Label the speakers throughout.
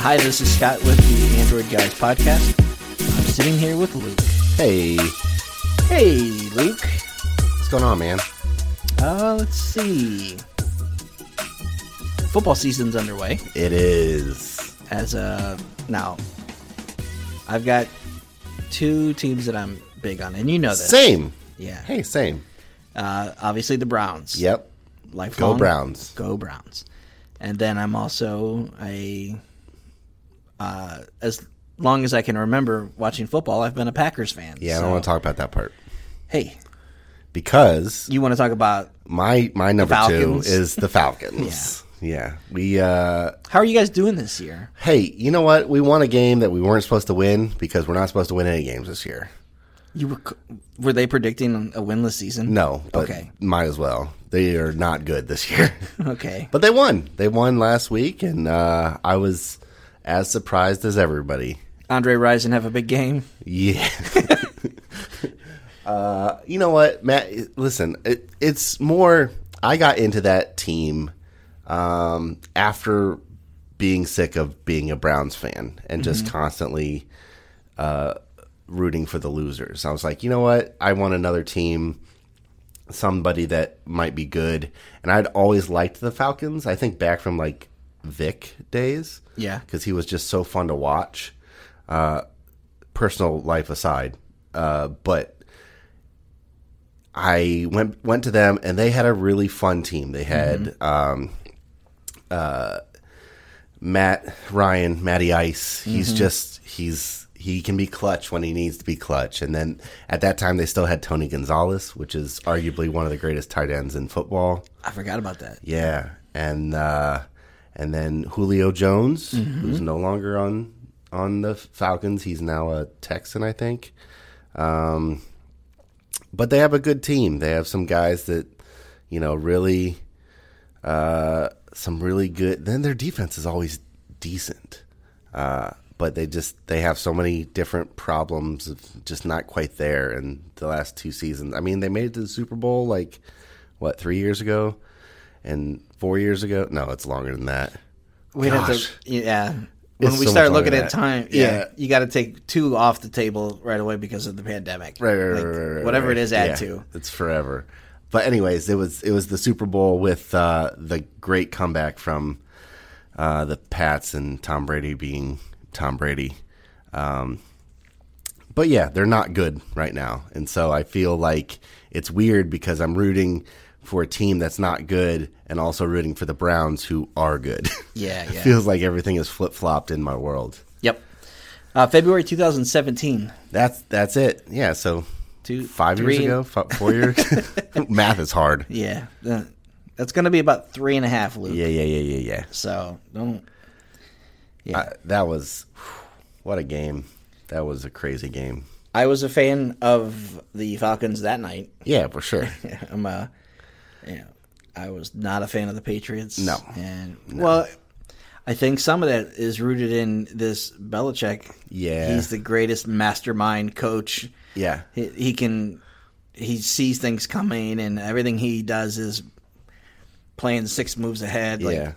Speaker 1: Hi, this is Scott with the Android Guys podcast. I'm sitting here with Luke.
Speaker 2: Hey,
Speaker 1: Hey, Luke.
Speaker 2: what's going on, man?
Speaker 1: Uh, let's see. Football season's underway.
Speaker 2: It is.
Speaker 1: As uh, now, I've got two teams that I'm big on, and you know this.
Speaker 2: Same.
Speaker 1: Yeah.
Speaker 2: Hey, same.
Speaker 1: Uh, obviously the Browns.
Speaker 2: Yep.
Speaker 1: Lifelong.
Speaker 2: Browns.
Speaker 1: Go Browns. And then I'm also a, uh, as long as I can remember watching football, I've been a Packers fan.
Speaker 2: Yeah, I don't
Speaker 1: so-
Speaker 2: want to talk about that part
Speaker 1: Hey,
Speaker 2: because
Speaker 1: you want to talk about
Speaker 2: my my number two
Speaker 1: Falcons.
Speaker 2: is the Falcons. yeah. We uh
Speaker 1: how are you guys doing this year?
Speaker 2: hey, you know what? We won a game that we weren't supposed to win because we're not supposed to win any games this year.
Speaker 1: You were c- were they predicting a winless season?
Speaker 2: No, but
Speaker 1: Okay.
Speaker 2: might as well. They are not good this year.
Speaker 1: Okay.
Speaker 2: but they won. They won last week and uh I was as surprised as everybody.
Speaker 1: Andre Rison have a big game.
Speaker 2: Yeah. uh, you know what, Matt? Listen, it, it's more. I got into that team um, after being sick of being a Browns fan and just constantly uh, rooting for the losers. I was like, you know what? I want another team, somebody that might be good. And I'd always liked the Falcons. I think back from like Vic days.
Speaker 1: Yeah.
Speaker 2: Because he was just so fun to watch Uh, personal life aside, uh, but I went went to them and they had a really fun team. They had um, uh, Matt Ryan, Matty Ice. He's just he's he can be clutch when he needs to be clutch. And then at that time they still had Tony Gonzalez, which is arguably one of the greatest tight ends in football.
Speaker 1: I forgot about that.
Speaker 2: Yeah, and uh, and then Julio Jones, who's no longer on on the Falcons, he's now a Texan, I think. Um, but they have a good team. They have some guys that you know really, uh, some really good. Then their defense is always decent. Uh, but they just they have so many different problems of just not quite there in the last two seasons. I mean, they made it to the Super Bowl like what three years ago, and four years ago. No, it's longer than that.
Speaker 1: We have to
Speaker 2: Gosh.
Speaker 1: yeah. When
Speaker 2: It's
Speaker 1: we
Speaker 2: so
Speaker 1: start
Speaker 2: much longer
Speaker 1: looking
Speaker 2: than
Speaker 1: at
Speaker 2: that.
Speaker 1: time, yeah,
Speaker 2: Yeah.
Speaker 1: you got to take two off the table right away because of the pandemic.
Speaker 2: Right, right,
Speaker 1: Like,
Speaker 2: right, right, right,
Speaker 1: whatever
Speaker 2: right.
Speaker 1: it is, add
Speaker 2: Yeah,
Speaker 1: to.
Speaker 2: It's forever. But anyways, it was it was the Super Bowl with uh, the great comeback from uh, the Pats and Tom Brady being Tom Brady. Um, but yeah, they're not good right now, and so I feel like it's weird because I'm rooting for a team that's not good and also rooting for the Browns who are good.
Speaker 1: Yeah,
Speaker 2: It
Speaker 1: yeah.
Speaker 2: feels like everything is flip flopped in my world.
Speaker 1: Yep. Uh, February 2017.
Speaker 2: That's that's it. Yeah. So
Speaker 1: Two,
Speaker 2: five years
Speaker 1: three-
Speaker 2: ago, fi- four years. Math is hard.
Speaker 1: Yeah, Uh, that's going to be about three and a half, Luke.
Speaker 2: Yeah, yeah, yeah, yeah, yeah.
Speaker 1: So don't. Yeah.
Speaker 2: I, that was what a game. That was a crazy game.
Speaker 1: I was a fan of the Falcons that night.
Speaker 2: Yeah, for sure.
Speaker 1: I'm a, you know, I was not a fan of the Patriots.
Speaker 2: No.
Speaker 1: and well, I think some of that is rooted in this Belichick.
Speaker 2: Yeah.
Speaker 1: he's the greatest mastermind coach.
Speaker 2: yeah,
Speaker 1: He, he can, he sees things coming, and everything he does is playing six moves ahead. Like,
Speaker 2: Yeah.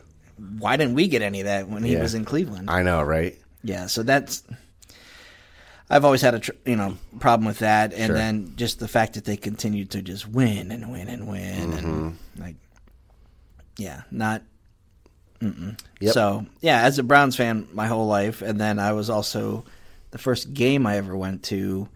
Speaker 1: why didn't we get any of that when he
Speaker 2: Yeah.
Speaker 1: was in Cleveland?
Speaker 2: I know, right?
Speaker 1: Yeah, so that's I've always had a tr- you know problem with that, and
Speaker 2: Sure.
Speaker 1: then just the fact that they continued to just win and win and win, and
Speaker 2: Mm-hmm.
Speaker 1: like, yeah, not.
Speaker 2: Yep.
Speaker 1: So yeah, as a Browns fan my whole life, and then I was also the first game I ever went to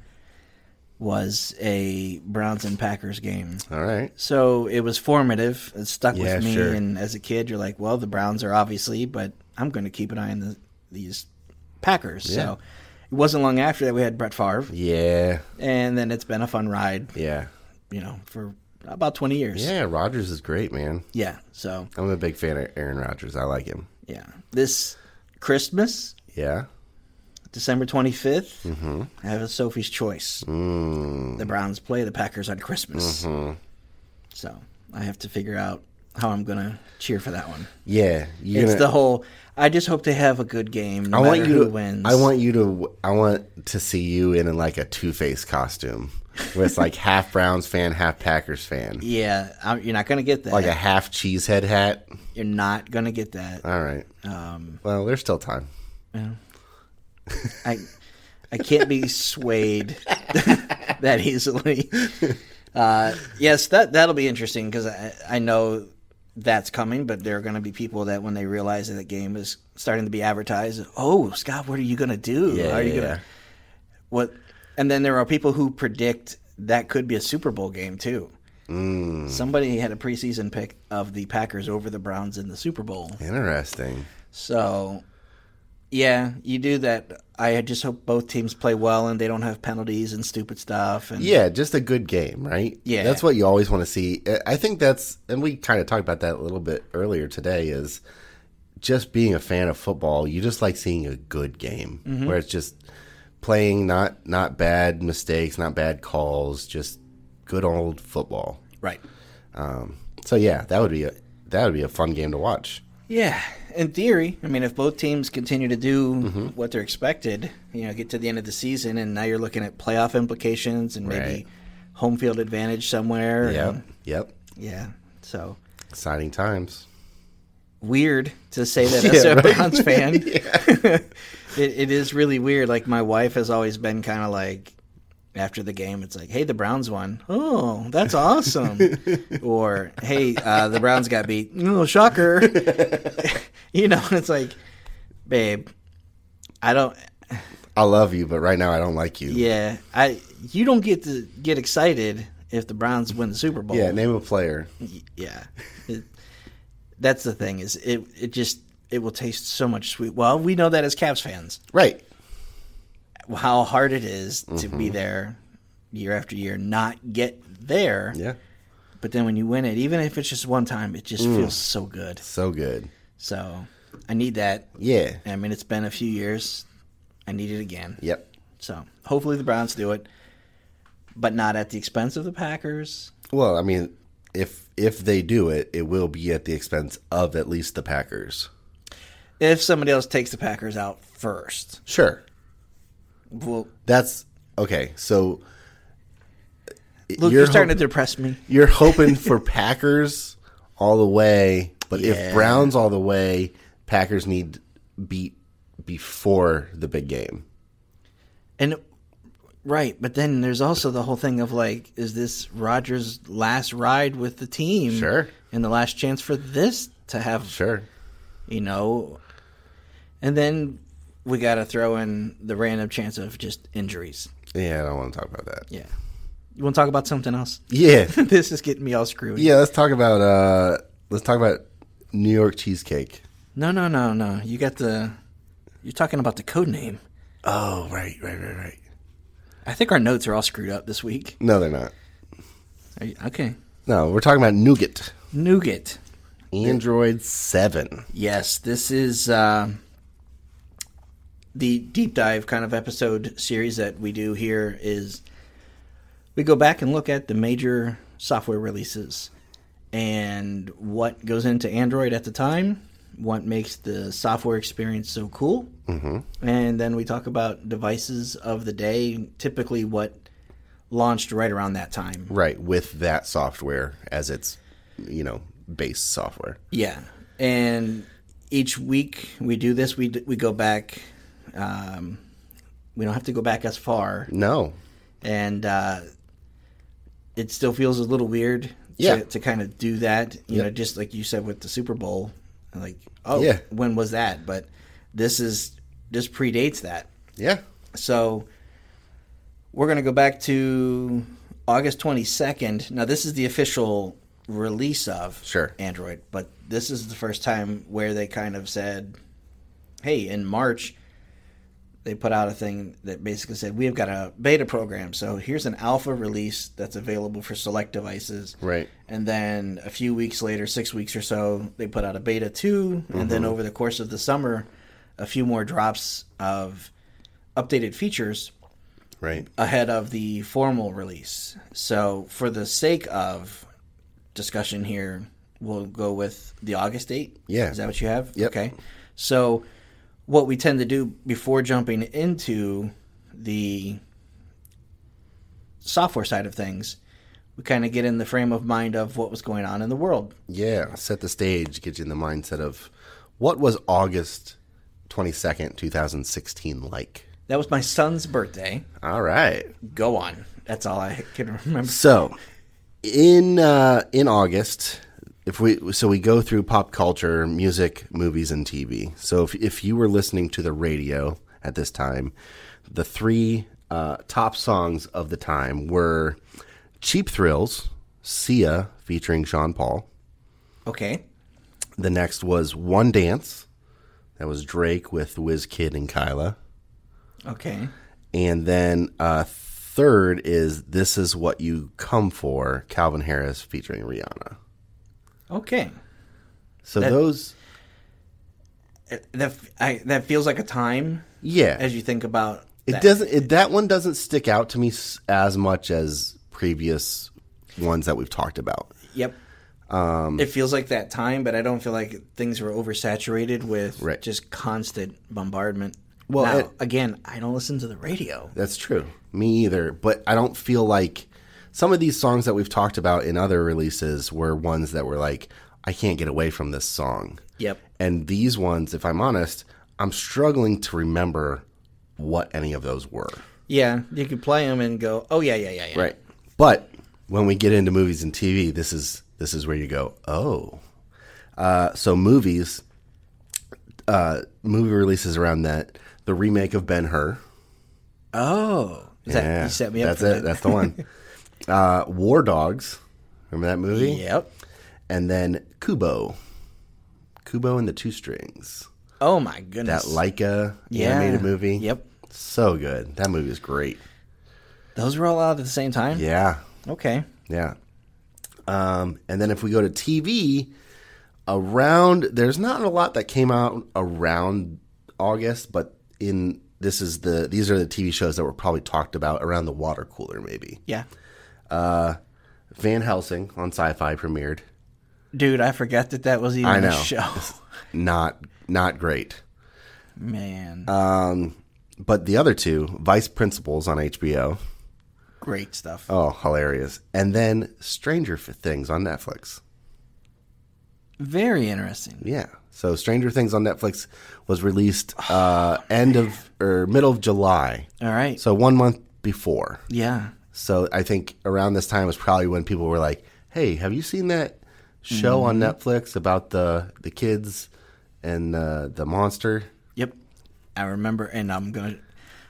Speaker 1: was a Browns and Packers game.
Speaker 2: All right.
Speaker 1: So it was formative. It stuck
Speaker 2: Yeah,
Speaker 1: with me.
Speaker 2: sure.
Speaker 1: And as a kid, you're like, well, the Browns are obviously, but I'm going to keep an eye on the, these Packers.
Speaker 2: Yeah.
Speaker 1: So it wasn't long after that we had Brett Favre.
Speaker 2: Yeah,
Speaker 1: And then it's been a fun ride,
Speaker 2: yeah,
Speaker 1: you know, for about 20 years.
Speaker 2: yeah. Rogers is great, man.
Speaker 1: Yeah. So,
Speaker 2: I'm a big fan of Aaron Rodgers. I like him.
Speaker 1: yeah. This Christmas,
Speaker 2: Yeah.
Speaker 1: December 25th,
Speaker 2: Mm-hmm.
Speaker 1: I have a Sophie's Choice.
Speaker 2: Mm.
Speaker 1: The Browns play the Packers on Christmas.
Speaker 2: Mm-hmm.
Speaker 1: So I have to figure out how I'm going to cheer for that one.
Speaker 2: Yeah, you
Speaker 1: It's
Speaker 2: gonna-
Speaker 1: the whole. I just hope they have a good game. No
Speaker 2: I want
Speaker 1: matter
Speaker 2: you
Speaker 1: who
Speaker 2: to.
Speaker 1: wins.
Speaker 2: I want you to. I want to see you in like a Two Face costume, where it's like half Browns fan, half Packers fan,
Speaker 1: Yeah, i you're not gonna get that.
Speaker 2: like a Uh. half cheesehead hat.
Speaker 1: You're not gonna get that.
Speaker 2: All right.
Speaker 1: Um,
Speaker 2: Well, there's still time.
Speaker 1: I I can't be swayed that easily. Uh, yes, that that'll be interesting because I, I know that's coming, but there are going to be people that when they realize that the game is starting to be advertised, oh Scott, what are you going to do?
Speaker 2: Yeah,
Speaker 1: are you
Speaker 2: yeah,
Speaker 1: gonna
Speaker 2: yeah.
Speaker 1: what? And then there are people who predict that could be a Super Bowl game too.
Speaker 2: Mm.
Speaker 1: Somebody had a preseason pick of the Packers over the Browns in the Super Bowl.
Speaker 2: Interesting.
Speaker 1: So, yeah, you do that. I just hope both teams play well and they don't have penalties and stupid stuff. And
Speaker 2: Yeah, just a good game, right?
Speaker 1: Yeah.
Speaker 2: That's what you always want to see. I- I think that's, and we kind of talked about that a little bit earlier today, is just being a fan of football, you just like seeing a good game
Speaker 1: Mm-hmm.
Speaker 2: where it's just playing not not bad mistakes, not bad calls, just good old football.
Speaker 1: right.
Speaker 2: So yeah, that would be a that would be a fun game to watch.
Speaker 1: Yeah, in theory, I mean, if both teams continue to do
Speaker 2: Mm-hmm.
Speaker 1: what they're expected, you know, get to the end of the season, and now you're looking at playoff implications and maybe
Speaker 2: Right.
Speaker 1: home field advantage somewhere.
Speaker 2: Yep.
Speaker 1: and-
Speaker 2: Yep.
Speaker 1: yeah. So
Speaker 2: Exciting times.
Speaker 1: weird to say that
Speaker 2: Yeah,
Speaker 1: as a
Speaker 2: right?
Speaker 1: Browns fan. it, it is really weird. Like my wife has always been kind of like after the game, it's like, "Hey, the Browns won. Oh, that's awesome!" or "Hey, uh, the Browns got beat. Oh, shocker!" you know, it's like, babe, I don't.
Speaker 2: I love you, but right now I don't like you.
Speaker 1: Yeah, I you don't get to get excited if the Browns win the Super Bowl.
Speaker 2: Yeah, name a player.
Speaker 1: Yeah. It, that's the thing is it it just it will taste so much sweet. Well, we know that as Cavs fans
Speaker 2: Right.
Speaker 1: how hard it is to be there year after year not get there.
Speaker 2: Yeah.
Speaker 1: But then when you win it, even if it's just one time, it just feels so good.
Speaker 2: So good.
Speaker 1: So, I need that.
Speaker 2: Yeah.
Speaker 1: I mean, it's been a few years. I need it again.
Speaker 2: Yep.
Speaker 1: So, hopefully the Browns do it, but not at the expense of the Packers.
Speaker 2: Well, I mean, if if they do it, it will be at the expense of at least the Packers.
Speaker 1: If somebody else takes the Packers out first.
Speaker 2: Sure.
Speaker 1: Well,
Speaker 2: That's okay. So
Speaker 1: Look, you're,
Speaker 2: You're
Speaker 1: starting
Speaker 2: hop-
Speaker 1: to depress me.
Speaker 2: you're hoping for Packers all the way, but
Speaker 1: Yeah.
Speaker 2: if Browns all the way, Packers need beat before the big game.
Speaker 1: And right, but then there's also the whole thing of like, is this Rogers' last ride with the team?
Speaker 2: Sure.
Speaker 1: And the last chance for this to have,
Speaker 2: Sure.
Speaker 1: you know, and then we got to throw in the random chance of just injuries.
Speaker 2: Yeah, I don't want to talk about that.
Speaker 1: Yeah. You want to talk about something else?
Speaker 2: Yeah.
Speaker 1: this is getting me all screwed.
Speaker 2: Yeah, let's talk about uh let's talk about New York cheesecake.
Speaker 1: No, no, no, no. You got the. You're talking about the code name.
Speaker 2: Oh, right, right, right, right.
Speaker 1: I think our notes are all screwed up this week.
Speaker 2: No, they're not.
Speaker 1: Are you- okay.
Speaker 2: No, we're talking about nougat.
Speaker 1: Nougat.
Speaker 2: Android 7.
Speaker 1: Yes, this is uh, the deep dive kind of episode series that we do here. Is we go back and look at the major software releases and what goes into Android at the time, what makes the software experience so cool, mm-hmm. and then we talk about devices of the day, typically what launched right around that time.
Speaker 2: Right, with that software as its, you know, base software.
Speaker 1: Yeah, and each week we do this. We d- we go back. Um, we don't have to go back as far,
Speaker 2: No.
Speaker 1: and uh, it still feels a little weird.
Speaker 2: Yeah.
Speaker 1: To, to kind of do that, you
Speaker 2: Yep.
Speaker 1: know, just like you said with the Super Bowl, like oh,
Speaker 2: Yeah.
Speaker 1: when was that? But this is this predates that.
Speaker 2: Yeah.
Speaker 1: So we're going to go back to August 22nd. Now, this is the official release of
Speaker 2: Sure.
Speaker 1: Android, but this is the first time where they kind of said, hey, in March, they put out a thing that basically said, we've got a beta program. So here's an alpha release that's available for select devices.
Speaker 2: Right.
Speaker 1: And then a few weeks later, six weeks or so, they put out a beta 2. And
Speaker 2: Mm-hmm.
Speaker 1: then over the course of the summer, a few more drops of updated features
Speaker 2: Right.
Speaker 1: ahead of the formal release. So, for the sake of discussion here, we'll go with the August date.
Speaker 2: Yeah.
Speaker 1: Is that what you have?
Speaker 2: Yep.
Speaker 1: Okay. So, what we tend to do before jumping into the software side of things, we kind of get in the frame of mind of what was going on in the world.
Speaker 2: Yeah. Set the stage, get you in the mindset of what was August twenty second, two thousand sixteen. Like,
Speaker 1: That was my son's birthday.
Speaker 2: all right.
Speaker 1: Go on. That's all I can remember.
Speaker 2: So, in uh, in August, if we so we go through pop culture, music, movies, and TV. So if if you were listening to the radio at this time, the three uh, top songs of the time were "Cheap Thrills," Sia featuring Sean Paul.
Speaker 1: Okay.
Speaker 2: The next was "One Dance," that was Drake with Kid and Kyla.
Speaker 1: Okay.
Speaker 2: And then uh, third is This Is What You Come For, Calvin Harris featuring Rihanna.
Speaker 1: Okay.
Speaker 2: So those,
Speaker 1: Uh, That f- I, that feels like a time
Speaker 2: yeah.
Speaker 1: as you think about
Speaker 2: it
Speaker 1: that.
Speaker 2: doesn't, it, that one doesn't stick out to me s- as much as previous ones that we've talked about.
Speaker 1: Yep. Um, it feels like that time, but I don't feel like things were oversaturated with
Speaker 2: Right.
Speaker 1: just constant bombardment.
Speaker 2: Well,
Speaker 1: Now,
Speaker 2: it-
Speaker 1: again, I don't listen to the radio.
Speaker 2: That's true. Me either. But I don't feel like some of these songs that we've talked about in other releases were ones that were like, I can't get away from this song.
Speaker 1: Yep.
Speaker 2: And these ones, if I'm honest, I'm struggling to remember what any of those were.
Speaker 1: Yeah, you could play them and go, oh yeah, yeah, yeah, yeah.
Speaker 2: Right. But when we get into movies and TV, this is this is where you go, oh. Uh, so movies, uh, movie releases around that. The remake of Ben Hur.
Speaker 1: Oh, is that you set me up
Speaker 2: that's
Speaker 1: for
Speaker 2: it.
Speaker 1: that?
Speaker 2: That's the one. uh, War Dogs. Remember that movie?
Speaker 1: Yep.
Speaker 2: And then Kubo. Kubo and the Two Strings.
Speaker 1: Oh my
Speaker 2: That
Speaker 1: goodness.
Speaker 2: Leica
Speaker 1: Yeah.
Speaker 2: animated movie.
Speaker 1: Yep.
Speaker 2: So good. That movie is great.
Speaker 1: Those were all out at the same time.
Speaker 2: Yeah.
Speaker 1: Okay.
Speaker 2: Yeah. Um, and then if we go to TV, around there's not a lot that came out around August, but in this is the these are the TV shows that were probably talked about around the water cooler maybe.
Speaker 1: Yeah.
Speaker 2: Van Helsing on Sci-Fi premiered.
Speaker 1: Dude, I forgot that that was even
Speaker 2: I
Speaker 1: a
Speaker 2: know.
Speaker 1: show.
Speaker 2: Not not great.
Speaker 1: Man,
Speaker 2: Uh, But the other two, Vice Principals on HBO.
Speaker 1: great stuff.
Speaker 2: Oh, hilarious. And then Stranger Things on Netflix.
Speaker 1: Very interesting.
Speaker 2: Yeah. So Stranger Things on Netflix was released uh, end of or middle of July.
Speaker 1: All right.
Speaker 2: So one month before.
Speaker 1: yeah.
Speaker 2: So I think around this time was probably when people were like, "Hey, have you seen that show on Netflix about the the kids and the the monster?"
Speaker 1: Yep. I remember, and I'm gonna.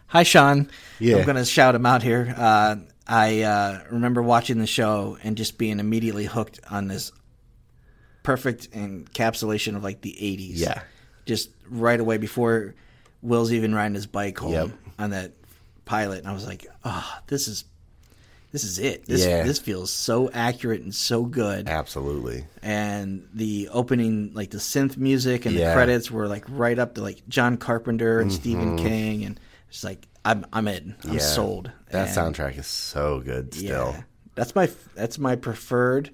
Speaker 1: Hi, Sean.
Speaker 2: Yeah.
Speaker 1: I'm gonna shout him out here. Uh, I uh, remember watching the show and just being immediately hooked on this perfect encapsulation of like the '80s.
Speaker 2: Yeah.
Speaker 1: Just right away before Will's even riding his bike home
Speaker 2: Yep.
Speaker 1: on that pilot, and I was like, "Ah, this is." This is it. This
Speaker 2: Yeah.
Speaker 1: this feels so accurate and so good
Speaker 2: Absolutely.
Speaker 1: and the opening like the synth music and
Speaker 2: Yeah.
Speaker 1: the credits were like right up to like John Carpenter and Stephen King and it's like I'm I'm in I'm
Speaker 2: Mm-hmm. Yeah.
Speaker 1: sold
Speaker 2: That
Speaker 1: And,
Speaker 2: soundtrack is so good still.
Speaker 1: that's my that's my preferred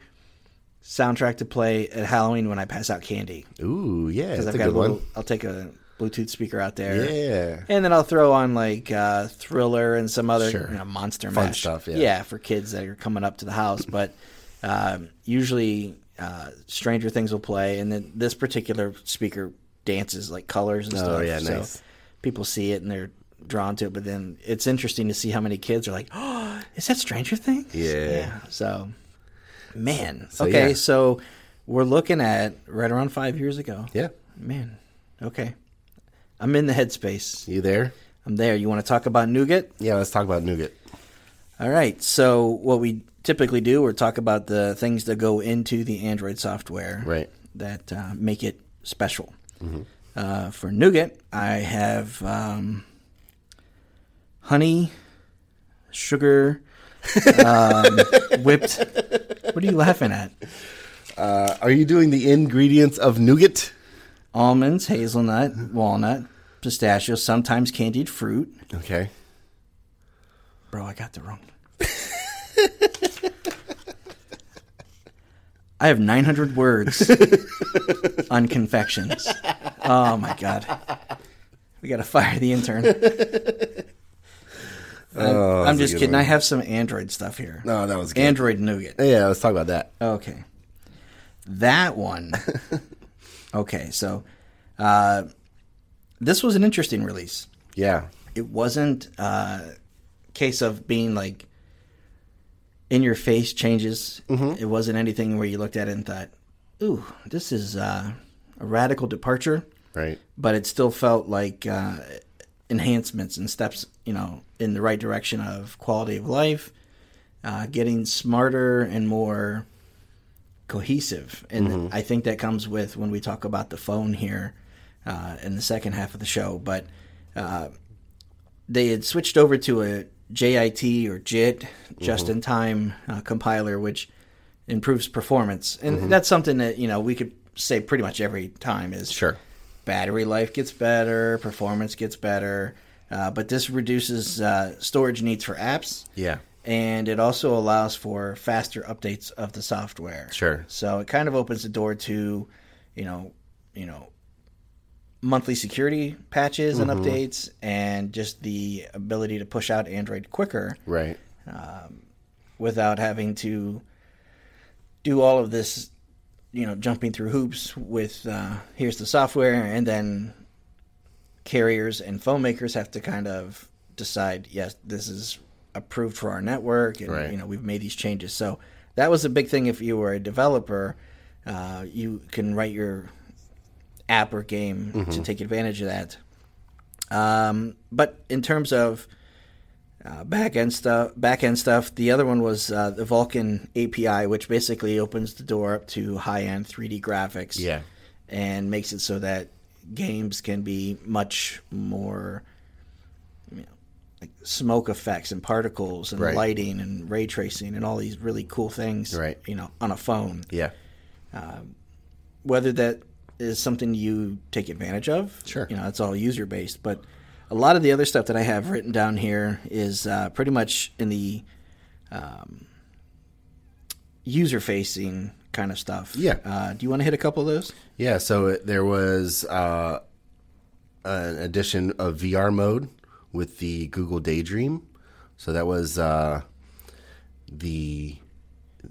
Speaker 1: soundtrack to play at Halloween when I pass out candy
Speaker 2: Ooh, yeah. That's
Speaker 1: I've
Speaker 2: a
Speaker 1: got
Speaker 2: good
Speaker 1: a little
Speaker 2: one.
Speaker 1: I'll take a Bluetooth speaker out there
Speaker 2: Yeah.
Speaker 1: and then I'll throw on like uh, Thriller and some other
Speaker 2: Sure.
Speaker 1: you know, monster
Speaker 2: Fun
Speaker 1: mash.
Speaker 2: stuff, yeah.
Speaker 1: for kids that are coming up to the house. But um, usually, uh, Stranger Things will play, and then this particular speaker dances like colors and stuff.
Speaker 2: Oh, yeah,
Speaker 1: so
Speaker 2: nice.
Speaker 1: people see it and they're drawn to it. But then it's interesting to see how many kids are like, "Oh, is that Stranger Things?"
Speaker 2: Yeah.
Speaker 1: So, man, okay,
Speaker 2: yeah.
Speaker 1: so we're looking at right around five years ago.
Speaker 2: Yeah.
Speaker 1: Man, okay. I'm in the headspace.
Speaker 2: You there?
Speaker 1: I'm there. You want to talk about nougat?
Speaker 2: Yeah, let's talk about nougat.
Speaker 1: All right. So what we typically do, we talk about the things that go into the Android software,
Speaker 2: Right.
Speaker 1: That uh, make it special. Uh, for nougat, I have um, honey, sugar, um, whipped. What are you laughing at?
Speaker 2: Uh, Are you doing the ingredients of nougat?
Speaker 1: Almonds, hazelnut, walnut, pistachio, sometimes candied fruit.
Speaker 2: Okay.
Speaker 1: Bro, I got the wrong. I have 900 words on confections. Oh my god. We got to fire the intern. I'm,
Speaker 2: Oh,
Speaker 1: I'm
Speaker 2: that's a
Speaker 1: just
Speaker 2: good
Speaker 1: kidding.
Speaker 2: one.
Speaker 1: I have some Android stuff here.
Speaker 2: No, Uh, that was good.
Speaker 1: Android nougat.
Speaker 2: Yeah, let's talk about that.
Speaker 1: Okay. That one. okay, so uh, this was an interesting release.
Speaker 2: Yeah.
Speaker 1: It wasn't a uh, case of being like in your face changes. It wasn't anything where you looked at it and thought, "Ooh, this is uh, a radical departure,"
Speaker 2: Right.
Speaker 1: but it still felt like uh, enhancements and steps, you know, in the right direction of quality of life, uh, getting smarter and more cohesive. And I think that comes with when we talk about the phone here uh, in the second half of the show. But uh, they had switched over to a JIT or JIT, just in time uh, compiler, which improves performance. And that's something that, you know, we could say pretty much every time is
Speaker 2: Sure.
Speaker 1: battery life gets better, performance gets better. Uh, but this reduces uh, storage needs for apps
Speaker 2: Yeah.
Speaker 1: and it also allows for faster updates of the software.
Speaker 2: Sure.
Speaker 1: So it kind of opens the door to, you know, you know, monthly security patches and updates, and just the ability to push out Android quicker
Speaker 2: Right.
Speaker 1: without having to do all of this, you know, jumping through hoops with uh, here's the software, and then carriers and phone makers have to kind of decide, yes, this is approved for our network, and
Speaker 2: Right.
Speaker 1: you know, we've made these changes. So that was a big thing. If you were a developer, uh, you can write your app or game to take advantage of that. Um, but in terms of uh, back end stuff, back end stuff. The other one was uh, the Vulkan API, which basically opens the door up to high end 3D graphics.
Speaker 2: Yeah.
Speaker 1: and makes it so that games can be much more you know, like smoke effects and particles and
Speaker 2: Right.
Speaker 1: lighting and ray tracing and all these really cool things.
Speaker 2: Right.
Speaker 1: you know, on a phone.
Speaker 2: Yeah.
Speaker 1: Whether that is something you take advantage of,
Speaker 2: Sure.
Speaker 1: you know, it's all user based, but. A lot of the other stuff that I have written down here is uh, pretty much in the um, user facing kind of stuff.
Speaker 2: Yeah.
Speaker 1: Uh, do you want to hit a couple of those?
Speaker 2: Yeah, so it, there was uh, an addition of VR mode with the Google Daydream. So that was uh, the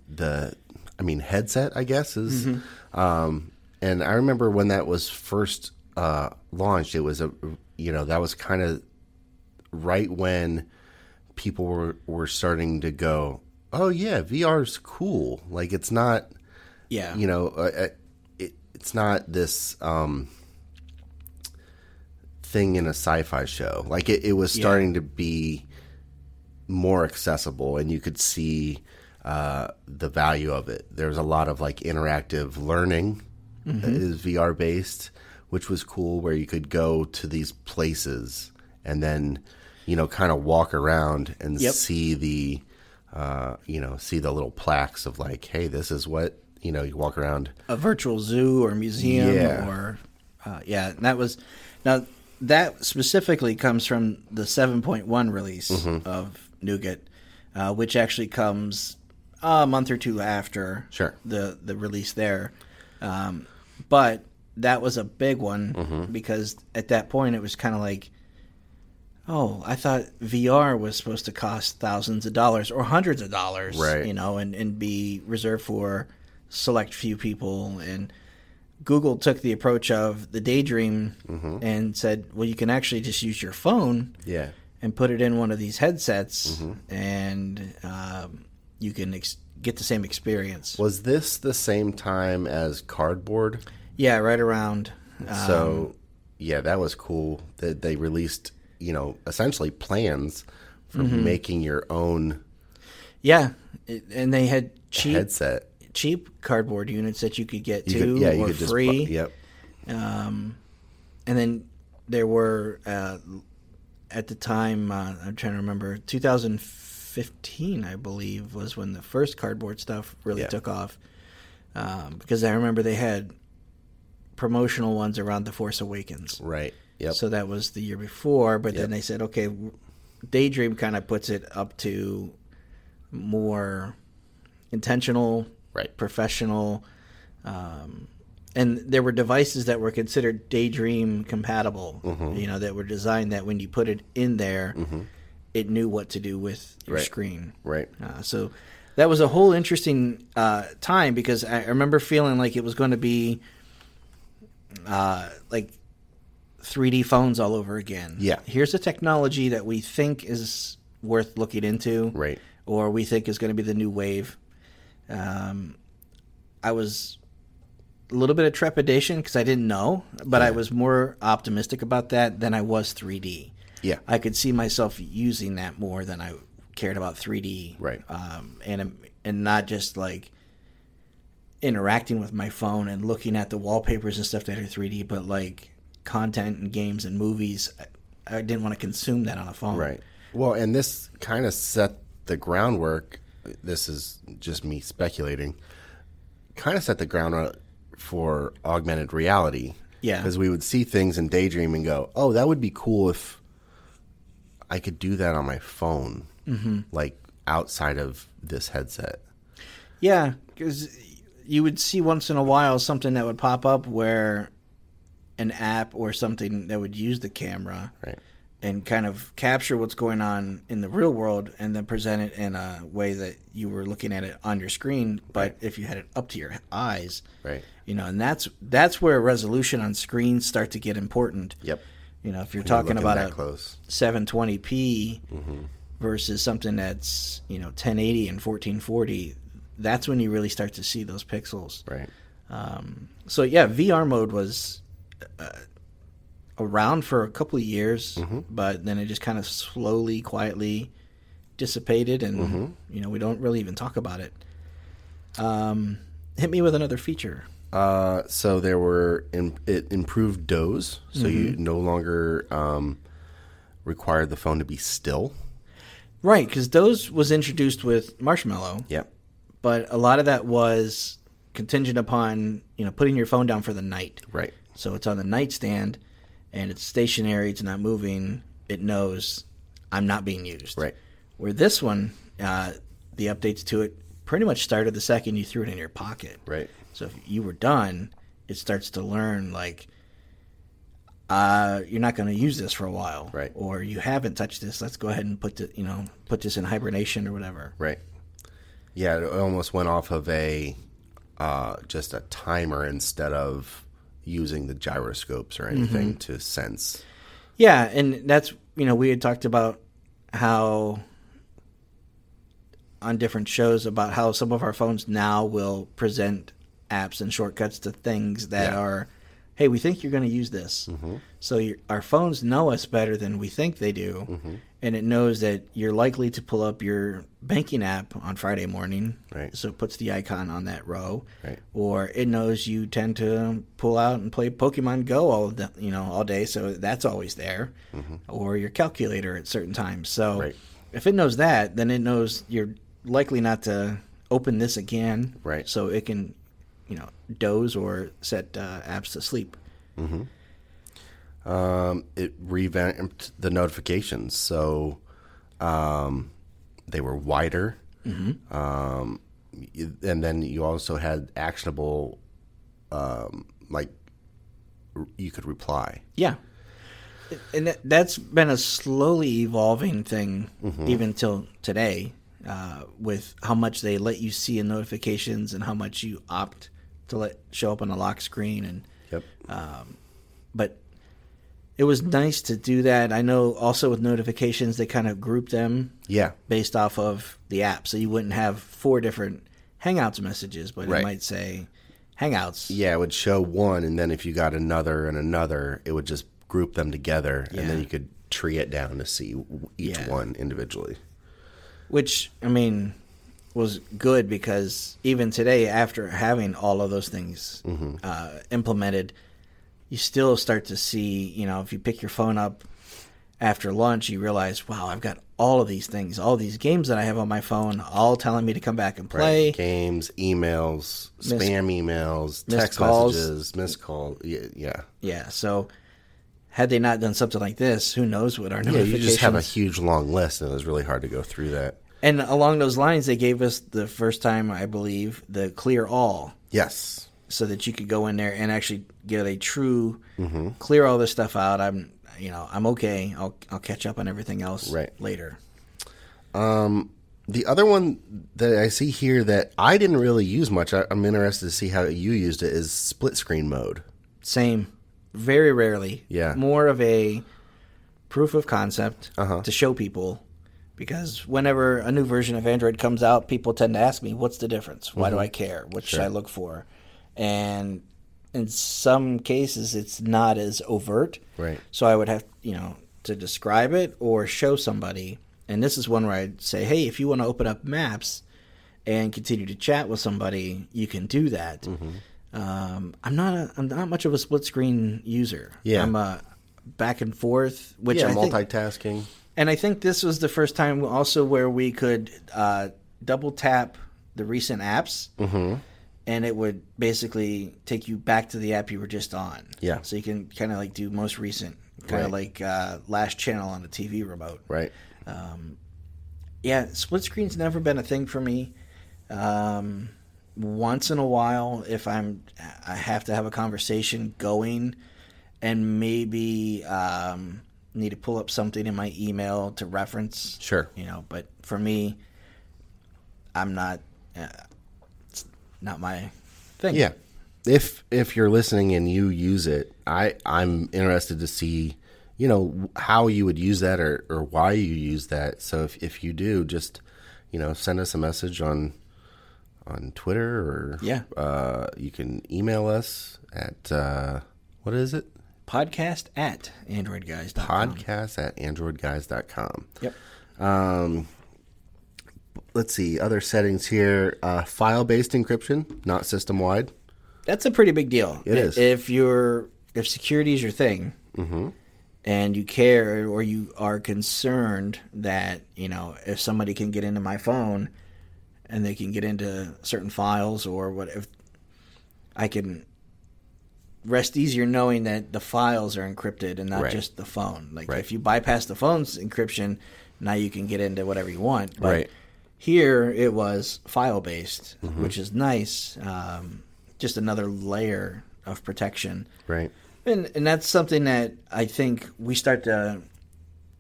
Speaker 2: the I mean headset, I guess is. Um, and I remember when that was first uh, launched, it was a you know that was kind of right when people were were starting to go, oh yeah, VR's cool. Like it's not
Speaker 1: Yeah.
Speaker 2: you know, uh, uh, it, it's not this um, thing in a sci-fi show. Like it, it was starting to be more accessible, and you could see uh, the value of it. There was a lot of like interactive learning
Speaker 1: Mm-hmm.
Speaker 2: that is VR based, which was cool, where you could go to these places and then you know kind of walk around and
Speaker 1: Yep.
Speaker 2: see the uh, you know see the little plaques of like hey this is what you know you walk around
Speaker 1: a virtual zoo or museum
Speaker 2: Yeah.
Speaker 1: or uh, yeah and that was now that specifically comes from the 7.1 release
Speaker 2: Mm-hmm.
Speaker 1: of nougat uh, which actually comes a month or two after
Speaker 2: Sure.
Speaker 1: the the release there um, but that was a big one because at that point it was kind of like oh i thought vr was supposed to cost thousands of dollars or hundreds of dollars
Speaker 2: Right.
Speaker 1: you know know, and, and be reserved for select few people. And Google took the approach of the Daydream and said, well, you can actually just use your phone
Speaker 2: yeah
Speaker 1: and put it in one of these headsets, and um, you can ex- get the same experience.
Speaker 2: was this the same time as cardboard
Speaker 1: yeah, right around. Uh,
Speaker 2: so yeah that was cool that they released you know essentially plans for
Speaker 1: Mm-hmm.
Speaker 2: making your own
Speaker 1: yeah, it, and they had cheap
Speaker 2: headset
Speaker 1: cheap cardboard units that you could get
Speaker 2: You
Speaker 1: too
Speaker 2: could- yeah you
Speaker 1: or
Speaker 2: could just bu-
Speaker 1: free.
Speaker 2: yep
Speaker 1: and then there were uh, at the time uh, I'm trying to remember 2015 I believe was when the first cardboard stuff really
Speaker 2: Yeah.
Speaker 1: took off um, because I remember they had promotional ones around the Force Awakens
Speaker 2: right yep
Speaker 1: so that was the year before but then they said okay w- Daydream kind of puts it up to more intentional
Speaker 2: Right.
Speaker 1: professional um, and there were devices that were considered daydream compatible
Speaker 2: Mm-hmm.
Speaker 1: you know that were designed that when you put it in there it knew what to do with your
Speaker 2: Right.
Speaker 1: screen
Speaker 2: right
Speaker 1: uh, so that was a whole interesting uh, time because I I remember feeling like it was going to be uh, like 3D phones all over again.
Speaker 2: Yeah.
Speaker 1: Here's a technology that we think is worth looking into.
Speaker 2: Right.
Speaker 1: Or we think is going to be the new wave. Um, I was a little bit of trepidation because I didn't know, but I was more optimistic about that than I was 3D.
Speaker 2: Yeah.
Speaker 1: I could see myself using that more than I cared about 3D.
Speaker 2: Right.
Speaker 1: Um, and and not just like interacting with my phone and looking at the wallpapers and stuff that are 3D, but like content and games and movies. I, I didn't want to consume that on a phone.
Speaker 2: Right. Well, and this kind of set the groundwork. This is just me speculating. Kind of set the groundwork for augmented reality.
Speaker 1: Yeah.
Speaker 2: Because we would see things and daydream and go, "Oh, that would be cool if I could do that on my phone, mm-hmm. like outside of this headset."
Speaker 1: Yeah, because you would see once in a while something that would pop up where an app or something that would use the camera
Speaker 2: Right.
Speaker 1: and kind of capture what's going on in the real world and then present it in a way that you were looking at it on your screen, but if you had it up to your eyes,
Speaker 2: Right.
Speaker 1: you know, and that's that's where resolution on screens start to get important.
Speaker 2: Yep.
Speaker 1: You know, if you're
Speaker 2: Looking
Speaker 1: talking about
Speaker 2: that
Speaker 1: a
Speaker 2: close.
Speaker 1: 720p versus something that's you know 1080 and 1440 that's when you really start to see those pixels
Speaker 2: Right.
Speaker 1: so yeah vr mode was uh, around for a couple of years but then it just kind of slowly quietly dissipated and you know we don't really even talk about it um, hit me with another feature
Speaker 2: Uh, so there were im- it improved doze, so you no longer um, required the phone to be still.
Speaker 1: right because those was introduced with marshmallow
Speaker 2: Yep.
Speaker 1: but a lot of that was contingent upon you know putting your phone down for the night
Speaker 2: Right.
Speaker 1: So it's on the nightstand and it's stationary, it's not moving, it knows I'm not being used.
Speaker 2: Right.
Speaker 1: Where this one, uh, the updates to it pretty much started the second you threw it in your pocket.
Speaker 2: Right.
Speaker 1: So if you were done, it starts to learn like, uh, you're not going to use this for a while,
Speaker 2: Right.
Speaker 1: Or you haven't touched this. Let's go ahead and put the, you know, put this in hibernation or whatever.
Speaker 2: Right. Yeah, it almost went off of a uh, just a timer instead of using the gyroscopes or anything to sense.
Speaker 1: Yeah, and that's you know we had talked about how on different shows about how some of our phones now will present apps and shortcuts to things that
Speaker 2: Yeah. Mm-hmm.
Speaker 1: are, hey, we think you're going to use this. So your, our phones know us better than we think they do,
Speaker 2: Mm-hmm.
Speaker 1: and it knows that you're likely to pull up your banking app on Friday morning.
Speaker 2: Right.
Speaker 1: So it puts the icon on that row.
Speaker 2: Right.
Speaker 1: Or it knows you tend to pull out and play Pokemon Go all the, you know all day, so that's always there.
Speaker 2: Mm-hmm.
Speaker 1: Or your calculator at certain times. So
Speaker 2: Right.
Speaker 1: if it knows that, then it knows you're likely not to open this again.
Speaker 2: Right.
Speaker 1: So it can, you know, doze or set uh, apps to sleep.
Speaker 2: Um, it revamped the notifications, so um, they were wider.
Speaker 1: Mm-hmm.
Speaker 2: Um, y- and then you also had actionable, um, like r- you could reply.
Speaker 1: Yeah. And that, that's been a slowly evolving thing,
Speaker 2: Mm-hmm.
Speaker 1: even till today, uh, with how much they let you see in notifications and how much you opt to let show up on a lock screen. And
Speaker 2: Yep.
Speaker 1: but it was nice to do that. I know also with notifications they kind of group them
Speaker 2: Yeah.
Speaker 1: based off of the app, so you wouldn't have four different Hangouts messages, but
Speaker 2: Right.
Speaker 1: it might say Hangouts.
Speaker 2: Yeah, it would show one, and then if you got another and another, it would just group them together, and
Speaker 1: Yeah.
Speaker 2: then you could tree it down to see w- each
Speaker 1: Yeah.
Speaker 2: one individually.
Speaker 1: which I mean was good because even today, after having all of those things
Speaker 2: Mm-hmm.
Speaker 1: uh, implemented, you still start to see, you know, if you pick your phone up after lunch, you realize, wow, I've got all of these things, all these games that I have on my phone, all telling me to come back and play.
Speaker 2: Games, emails, spam emails, text
Speaker 1: calls.
Speaker 2: messages, missed call. Yeah, yeah.
Speaker 1: Yeah, so had they not done something like this, who knows what our
Speaker 2: yeah
Speaker 1: notifications?
Speaker 2: you just have a huge long list, and it was really hard to go through that.
Speaker 1: and along those lines, they gave us the first time, I believe, the clear all.
Speaker 2: Yes,
Speaker 1: so that you could go in there and actually get a true clear all this stuff out. I'm you know I'm okay. I'll I'll catch up on everything else
Speaker 2: Right.
Speaker 1: later.
Speaker 2: The other one that I see here that I didn't really use much, I, I'm interested to see how you used it, is split screen mode.
Speaker 1: Same. very rarely.
Speaker 2: Yeah.
Speaker 1: More of a proof of concept to show people because whenever a new version of Android comes out, people tend to ask me, what's the difference? Why do I care? What should I look for? And in some cases, it's not as overt.
Speaker 2: Right.
Speaker 1: So I would have, you know, to describe it or show somebody. And this is one where I'd say, hey, if you want to open up maps and continue to chat with somebody, you can do that.
Speaker 2: Mm-hmm.
Speaker 1: Um, I'm not a, I'm not much of a split screen user.
Speaker 2: Yeah.
Speaker 1: I'm a back and forth, which
Speaker 2: Yeah,
Speaker 1: I think-
Speaker 2: multitasking.
Speaker 1: and I think this was the first time also where we could uh, double tap the recent apps,
Speaker 2: Mm-hmm.
Speaker 1: and it would basically take you back to the app you were just on.
Speaker 2: Yeah.
Speaker 1: So you can kind of like do most recent, kind
Speaker 2: Right.
Speaker 1: of like uh, last channel on the TV remote.
Speaker 2: Right.
Speaker 1: Yeah, split screen's never been a thing for me. Um, once in a while, if I'm, I have to have a conversation going, and maybe um, need to pull up something in my email to reference.
Speaker 2: Sure.
Speaker 1: you know. But for me, I'm not. Uh, it's not my thing.
Speaker 2: Yeah. If if you're listening and you use it, I I'm interested to see, you know, how you would use that or or why you use that. So if if you do, just you know, send us a message on on Twitter or
Speaker 1: Yeah.
Speaker 2: uh, you can email us at uh, what is it?
Speaker 1: Podcast at androidguys.com.
Speaker 2: Podcast at androidguys.com.
Speaker 1: Yep.
Speaker 2: Let's see other settings here. Uh, file based encryption, not system wide.
Speaker 1: That's a pretty big deal.
Speaker 2: It
Speaker 1: I-
Speaker 2: is. Mm-hmm.
Speaker 1: If you're if security is your thing, and you care or you are concerned that you know if somebody can get into my phone and they can get into certain files or what if I can rest easier knowing that the files are encrypted and not
Speaker 2: Right.
Speaker 1: just the phone. Like
Speaker 2: Right.
Speaker 1: if you bypass the phone's encryption, now you can get into whatever you want. But
Speaker 2: Right.
Speaker 1: here it was file based, which is nice. Um, just another layer of protection,
Speaker 2: Right.
Speaker 1: and and that's something that I think we start to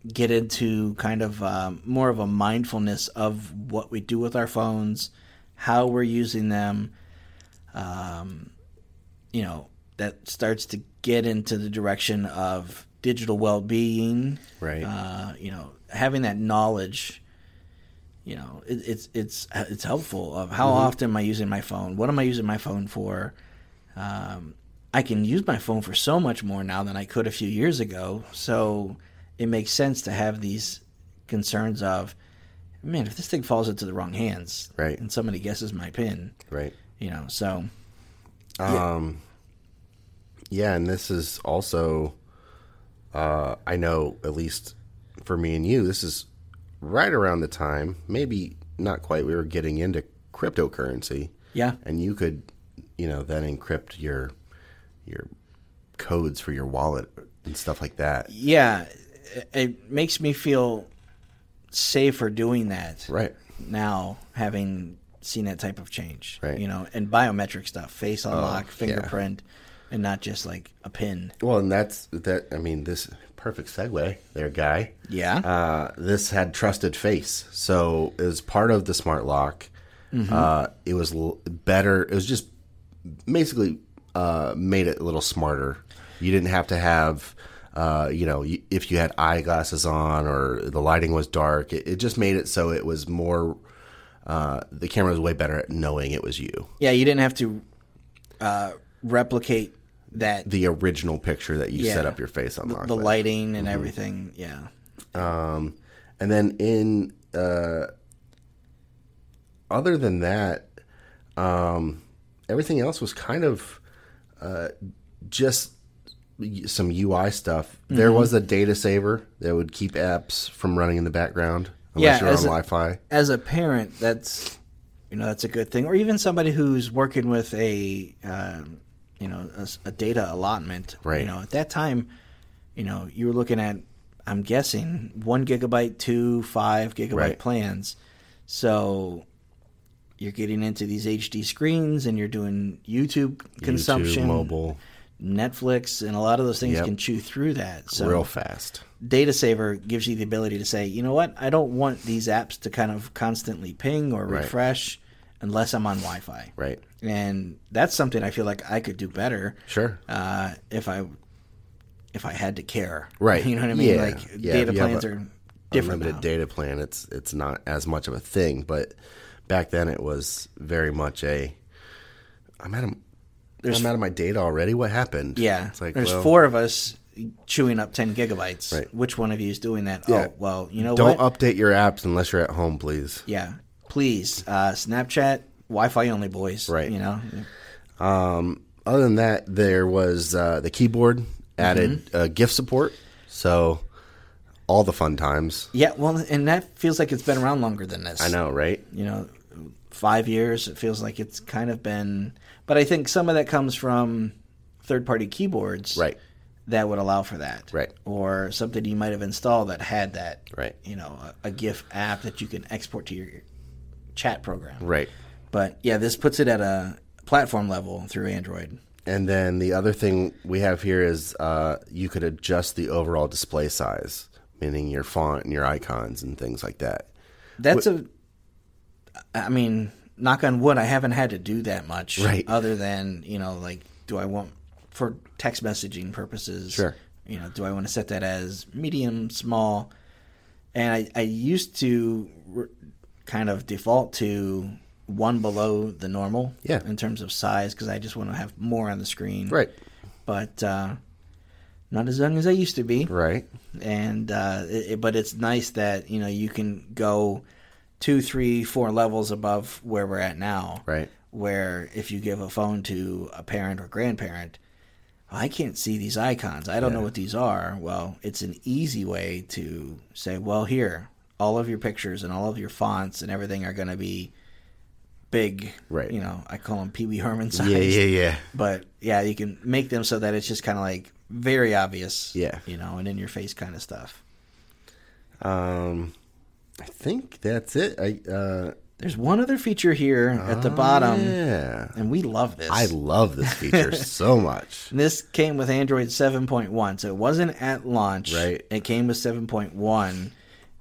Speaker 1: get into kind of um, more of a mindfulness of what we do with our phones, how we're using them. Um, you know that starts to get into the direction of digital well being
Speaker 2: Right.
Speaker 1: uh, you know, having that knowledge, you know, it, it's it's it's helpful. Of
Speaker 2: Mm-hmm.
Speaker 1: how often am I using my phone? What am I using my phone for? Um, I can use my phone for so much more now than I could a few years ago. So it makes sense to have these concerns of, man, if this thing falls into the wrong hands,
Speaker 2: Right.
Speaker 1: and somebody guesses my pin,
Speaker 2: right.
Speaker 1: you know, so
Speaker 2: Um, yeah, and this is also, uh, I know at least for me and you, this is right around the time, maybe not quite. We were getting into cryptocurrency,
Speaker 1: yeah,
Speaker 2: and you could, you know, then encrypt your your codes for your wallet and stuff like that.
Speaker 1: yeah, it, it makes me feel safer doing that,
Speaker 2: Right.
Speaker 1: now having seen that type of change
Speaker 2: Right.
Speaker 1: you know and biometric stuff face unlock fingerprint and not just like a pin
Speaker 2: Well, and that's that. I mean, this perfect segue there, guy.
Speaker 1: yeah
Speaker 2: uh, this had trusted face. So as part of the smart lock, uh, it was l- better. It was just basically uh, made it a little smarter. You didn't have to have, uh, you know, y- if you had eyeglasses on or the lighting was dark. It, it just made it so it was more. Uh, the camera was way better at knowing it was you.
Speaker 1: yeah you didn't have to uh, replicate that the,
Speaker 2: The original picture that you
Speaker 1: Yeah.
Speaker 2: set up your face on lock with.
Speaker 1: lighting and everything yeah
Speaker 2: And then in uh, other than that, um, everything else was kind of uh, just y- some UI stuff.
Speaker 1: Mm-hmm.
Speaker 2: There was a data saver that would keep apps from running in the background unless
Speaker 1: Yeah,
Speaker 2: you're on
Speaker 1: as a-
Speaker 2: Wi-Fi.
Speaker 1: as a parent that's you know that's a good thing or even somebody who's working with a um, you know a, s- a data allotment
Speaker 2: Right.
Speaker 1: you know at that time you know you were looking at i'm guessing one gigabyte two five gigabyte
Speaker 2: Right.
Speaker 1: plans so you're getting into these hd screens and you're doing youtube consumption
Speaker 2: YouTube, mobile,
Speaker 1: netflix and a lot of those things
Speaker 2: Yep.
Speaker 1: can chew through that so
Speaker 2: real fast.
Speaker 1: data saver gives you the ability to say, you know what, I don't want these apps to kind of constantly ping or refresh unless I'm on Wi-Fi.
Speaker 2: Right.
Speaker 1: And that's something I feel like I could do better
Speaker 2: Sure.
Speaker 1: uh, if I if I had to care.
Speaker 2: Right.
Speaker 1: You know what I mean?
Speaker 2: Yeah.
Speaker 1: Like
Speaker 2: Yeah,
Speaker 1: data
Speaker 2: if you have
Speaker 1: plans
Speaker 2: a-
Speaker 1: are different.
Speaker 2: unlimited
Speaker 1: now.
Speaker 2: data plan, it's it's not as much of a thing. But back then, it was very much a I'm out of I'm out of my data already. What happened?
Speaker 1: Yeah.
Speaker 2: it's like
Speaker 1: There's
Speaker 2: well,
Speaker 1: four of us chewing up 10 gigabytes.
Speaker 2: Right.
Speaker 1: Which one of you is doing that?
Speaker 2: Yeah.
Speaker 1: Oh, well, you know
Speaker 2: Don't
Speaker 1: what?
Speaker 2: update your apps unless you're at home, please.
Speaker 1: yeah. Please, uh, Snapchat, Wi Fi only, boys.
Speaker 2: Right.
Speaker 1: You know?
Speaker 2: Um, other than that, there was uh, the keyboard added
Speaker 1: Mm-hmm.
Speaker 2: uh, gift support, so all the fun times.
Speaker 1: Yeah. Well, and that feels like it's been around longer than this.
Speaker 2: I know, right?
Speaker 1: you know, five years. It feels like it's kind of been, but I think some of that comes from third-party keyboards,
Speaker 2: Right.
Speaker 1: That would allow for that,
Speaker 2: Right.
Speaker 1: Or something you might have installed that had that,
Speaker 2: Right.
Speaker 1: You know, a, a GIF app that you can export to your chat program,
Speaker 2: Right.
Speaker 1: But yeah, this puts it at a platform level through Android.
Speaker 2: And then the other thing we have here is uh, you could adjust the overall display size, meaning your font and your icons and things like that.
Speaker 1: That's a, I mean, knock on wood, I haven't had to do that much.
Speaker 2: Right.
Speaker 1: Other than, you know, like, do I want, for text messaging purposes,
Speaker 2: Sure.
Speaker 1: you know, do I want to set that as medium, small? And I, I used to r kind of default to one below the normal
Speaker 2: Yeah.
Speaker 1: in terms of size because I just want to have more on the screen.
Speaker 2: Right.
Speaker 1: But uh, not as young as I used to be
Speaker 2: Right.
Speaker 1: and uh, it, it- but it's nice that you know you can go two, three, four levels above where we're at now.
Speaker 2: Right.
Speaker 1: Where if you give a phone to a parent or grandparent, "Oh, I can't see these icons. I don't know what these are. Well, it's an easy way to say, well, here, all of your pictures and all of your fonts and everything are going to be big.
Speaker 2: Right.
Speaker 1: You know, I call them Pee Wee Herman size.
Speaker 2: Yeah, yeah, yeah.
Speaker 1: But yeah, you can make them so that it's just kind of like very obvious.
Speaker 2: Yeah.
Speaker 1: You know, and in your face kind of stuff.
Speaker 2: Um, I think that's it. I uh,
Speaker 1: There's one other feature here at the bottom,
Speaker 2: Yeah,
Speaker 1: and we love this.
Speaker 2: Ah. I love this feature so much.
Speaker 1: this came with Android 7.1, so it wasn't at launch.
Speaker 2: Right.
Speaker 1: It came with 7.1,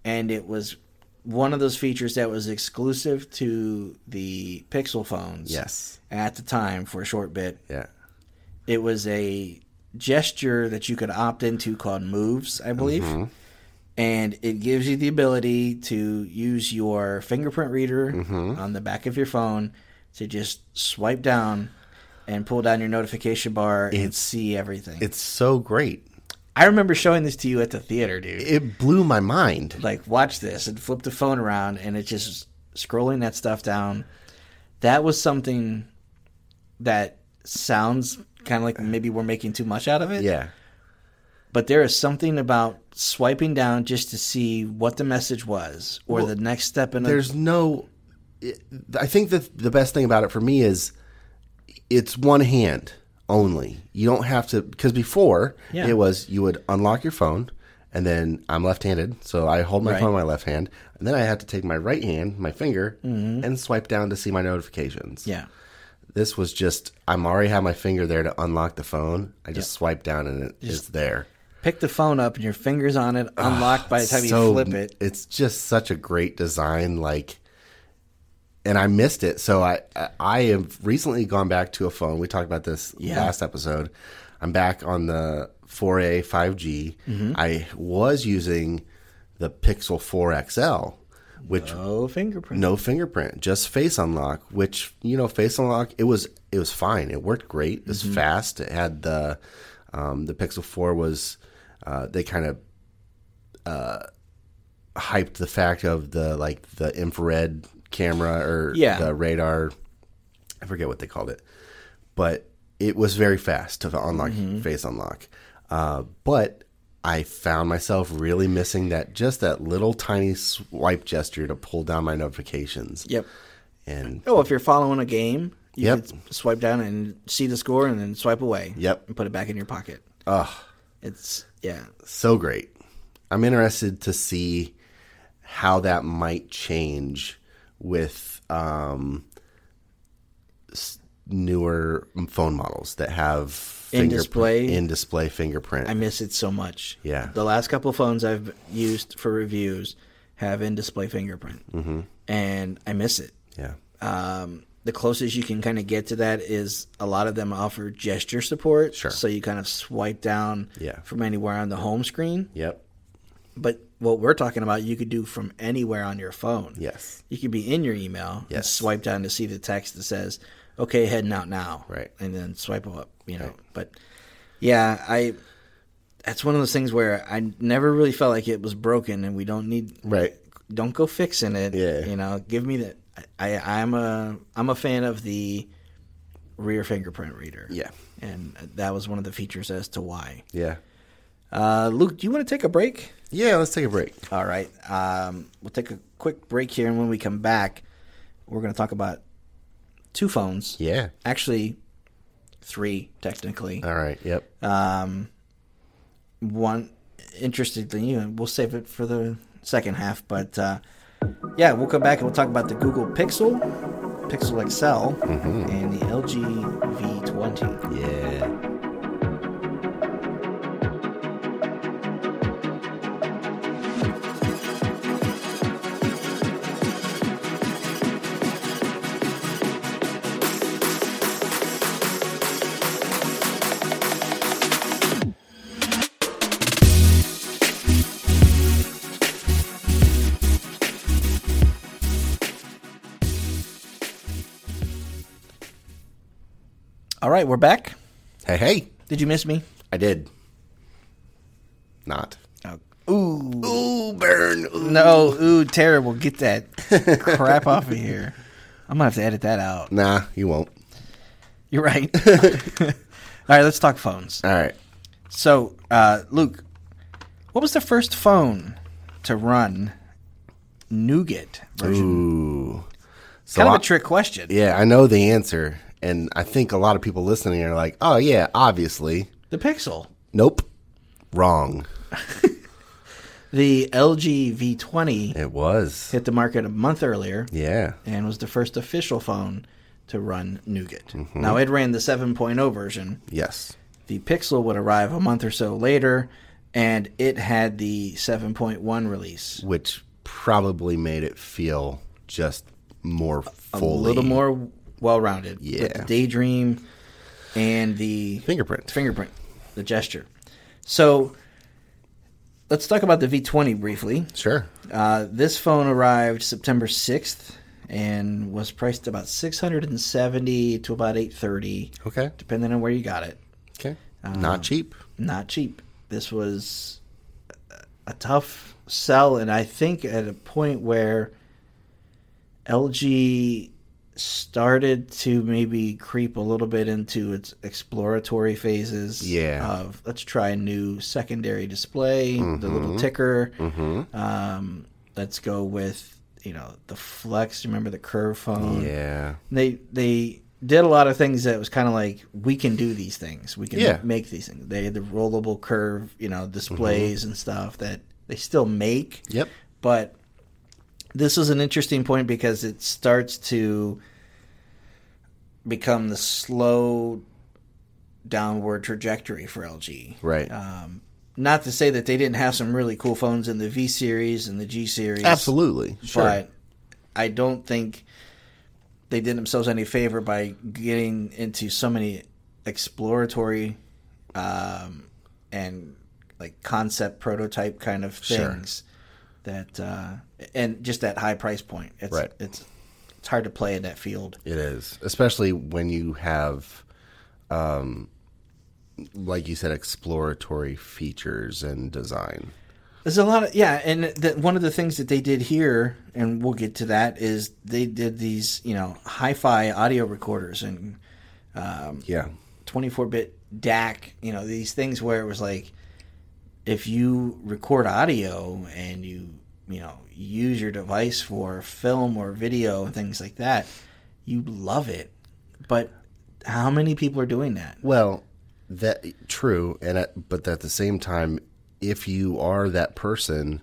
Speaker 1: and it was one of those features that was exclusive to the Pixel phones.
Speaker 2: Yes.
Speaker 1: At the time, for a short bit,
Speaker 2: Yeah.
Speaker 1: it was a gesture that you could opt into called moves i believe and it gives you the ability to use your fingerprint reader on the back of your phone to just swipe down and pull down your notification bar and see everything
Speaker 2: It's so great.
Speaker 1: i remember showing this to you at the theater dude
Speaker 2: It blew my mind.
Speaker 1: like watch this and flip the phone around and it's just scrolling that stuff down that was something that sounds kind of like maybe we're making too much out of it
Speaker 2: Yeah.
Speaker 1: but there is something about swiping down just to see what the message was or the next step in a,
Speaker 2: There's no. It, I think that the best thing about it for me is it's one hand only. You don't have to because before
Speaker 1: Yeah.
Speaker 2: it was you would unlock your phone and then I'm left-handed, so I hold my
Speaker 1: Right.
Speaker 2: phone in my left hand, and then I have to take my right hand, my finger, and swipe down to see my notifications.
Speaker 1: Mm-hmm. yeah
Speaker 2: This was just I'm already have my finger there to unlock the phone. I just swipe down and it is there.
Speaker 1: pick the phone up and your fingers on it unlocked by the time
Speaker 2: Ah, so-
Speaker 1: you flip it
Speaker 2: It's just such a great design, like, and I missed it. So I I- I have recently gone back to a phone. We talked about this
Speaker 1: Yeah.
Speaker 2: last episode. I'm back on the 4A 5G.
Speaker 1: Mm-hmm.
Speaker 2: I was using the Pixel 4 XL, which
Speaker 1: oh fingerprint
Speaker 2: no fingerprint, just face unlock. Which you know, face unlock. It was it was fine. It worked great. It was
Speaker 1: Mm-hmm.
Speaker 2: fast. It had the um, the Pixel Four was uh, they kind of uh, hyped the fact of the like the infrared camera or
Speaker 1: Yeah.
Speaker 2: the radar. I forget what they called it, but it was very fast to unlock face unlock. Uh, but I found myself really missing that just that little tiny swipe gesture to pull down my notifications.
Speaker 1: yep
Speaker 2: And
Speaker 1: oh if you're following a game you
Speaker 2: Yep.
Speaker 1: could swipe down and see the score and then swipe away
Speaker 2: Yep.
Speaker 1: and put it back in your pocket
Speaker 2: ugh,
Speaker 1: it's yeah
Speaker 2: so great. I'm interested to see how that might change with um, s- newer phone models that have fingerprint-
Speaker 1: display?
Speaker 2: in display fingerprint.
Speaker 1: I miss it so much.
Speaker 2: Yeah.
Speaker 1: The last couple phones I've used for reviews have in display fingerprint. Mm-hmm. And I miss it.
Speaker 2: yeah.
Speaker 1: Um, the closest you can kind of get to that is a lot of them offer gesture support.
Speaker 2: Sure.
Speaker 1: So you kind of swipe down
Speaker 2: Yeah.
Speaker 1: from anywhere on the home screen.
Speaker 2: Yep.
Speaker 1: But what we're talking about, you could do from anywhere on your phone.
Speaker 2: Yes.
Speaker 1: You could be in your email and
Speaker 2: Yes.
Speaker 1: swipe down to see the text that says, okay, heading out now.
Speaker 2: Right.
Speaker 1: And then swipe up, you know. But yeah, I. That's one of those things where I never really felt like it was broken, and we don't need
Speaker 2: Right.
Speaker 1: don't go fixing it.
Speaker 2: Yeah.
Speaker 1: You know, give me the. I I'm a I'm a fan of the rear fingerprint reader.
Speaker 2: Yeah.
Speaker 1: And that was one of the features as to why.
Speaker 2: Yeah.
Speaker 1: Uh, Luke, do you want to take a break?
Speaker 2: Yeah. Let's take a break.
Speaker 1: All right. Um, we'll take a quick break here, and when we come back, we're going to talk about two phones.
Speaker 2: Yeah.
Speaker 1: Actually, three technically.
Speaker 2: All right. Yep.
Speaker 1: Um, one interestingly, you know, we'll save it for the second half, but uh, yeah, we'll come back and we'll talk about the Google Pixel, Pixel XL, and the LG V20.
Speaker 2: yeah.
Speaker 1: All right, we're back.
Speaker 2: Hey. Hey.
Speaker 1: Did you miss me?
Speaker 2: I did. Not.
Speaker 1: Oh. Ooh,
Speaker 2: Ooh, burn. Ooh.
Speaker 1: no, ooh, terrible. Get that crap off of here. I'm gonna have to edit that out.
Speaker 2: Nah, you won't.
Speaker 1: You're right. All right, let's talk phones.
Speaker 2: All right.
Speaker 1: So, uh, Luke, what was the first phone to run NuGet version?
Speaker 2: Ooh. So
Speaker 1: kind of
Speaker 2: I-
Speaker 1: a trick question.
Speaker 2: yeah, I know the answer, and I think a lot of people listening are like, "Oh yeah, obviously."
Speaker 1: The Pixel,
Speaker 2: Nope. Wrong.
Speaker 1: the LG V20,
Speaker 2: It was.
Speaker 1: hit the market a month earlier
Speaker 2: Yeah.
Speaker 1: and was the first official phone to run NuGet.
Speaker 2: Mm-hmm.
Speaker 1: Now, it ran the 7.0 version.
Speaker 2: Yes.
Speaker 1: The Pixel would arrive a month or so later, and it had the 7.1 release.
Speaker 2: Which probably made it feel just more
Speaker 1: A
Speaker 2: fully
Speaker 1: little more well rounded. With
Speaker 2: Yeah.
Speaker 1: the Daydream and the
Speaker 2: fingerprint.
Speaker 1: fingerprint, the gesture. So let's talk about the V20 briefly.
Speaker 2: Sure.
Speaker 1: Uh, this phone arrived September 6th and was priced about 670 to about 830
Speaker 2: Okay.
Speaker 1: depending on where you got it.
Speaker 2: Okay. Not cheap.
Speaker 1: Not cheap. This was a tough sell and I think at a point where LG started to maybe creep a little bit into its exploratory phases
Speaker 2: Yeah.
Speaker 1: of let's try a new secondary display, the little ticker.
Speaker 2: Mm-hmm.
Speaker 1: Um, let's go with you know the flex. Remember the curve
Speaker 2: Um,
Speaker 1: phone?
Speaker 2: Yeah.
Speaker 1: They they did a lot of things that was kind of like we can do these things. We can
Speaker 2: Yeah.
Speaker 1: make these things. They had the rollable curve, you know,
Speaker 2: Mm-hmm.
Speaker 1: displays and stuff that they still make
Speaker 2: Yep.
Speaker 1: but this is an interesting point because it starts to become the slow downward trajectory for LG.
Speaker 2: Right.
Speaker 1: Um, not to say that they didn't have some really cool phones in the V series and the G series,
Speaker 2: Absolutely. Sure.
Speaker 1: but I don't think they did themselves any favor by getting into so many exploratory um, and like concept prototype kind of
Speaker 2: Sure.
Speaker 1: things that uh, and just that high price point. It's
Speaker 2: Right.
Speaker 1: it's it's hard to play in that field.
Speaker 2: It is, especially when you have, um, like you said, exploratory features and design.
Speaker 1: There's a lot of yeah, and the, one of the things that they did here, and we'll get to that, is they did these you know hi-fi audio recorders and
Speaker 2: Yeah,
Speaker 1: 24 bit DAC, you know, these things where it was like if you record audio and you, you know, use your device for film or video and things like that, you love it. But how many people are doing that?
Speaker 2: Well, that true, and at, but at the same time, if you are that person,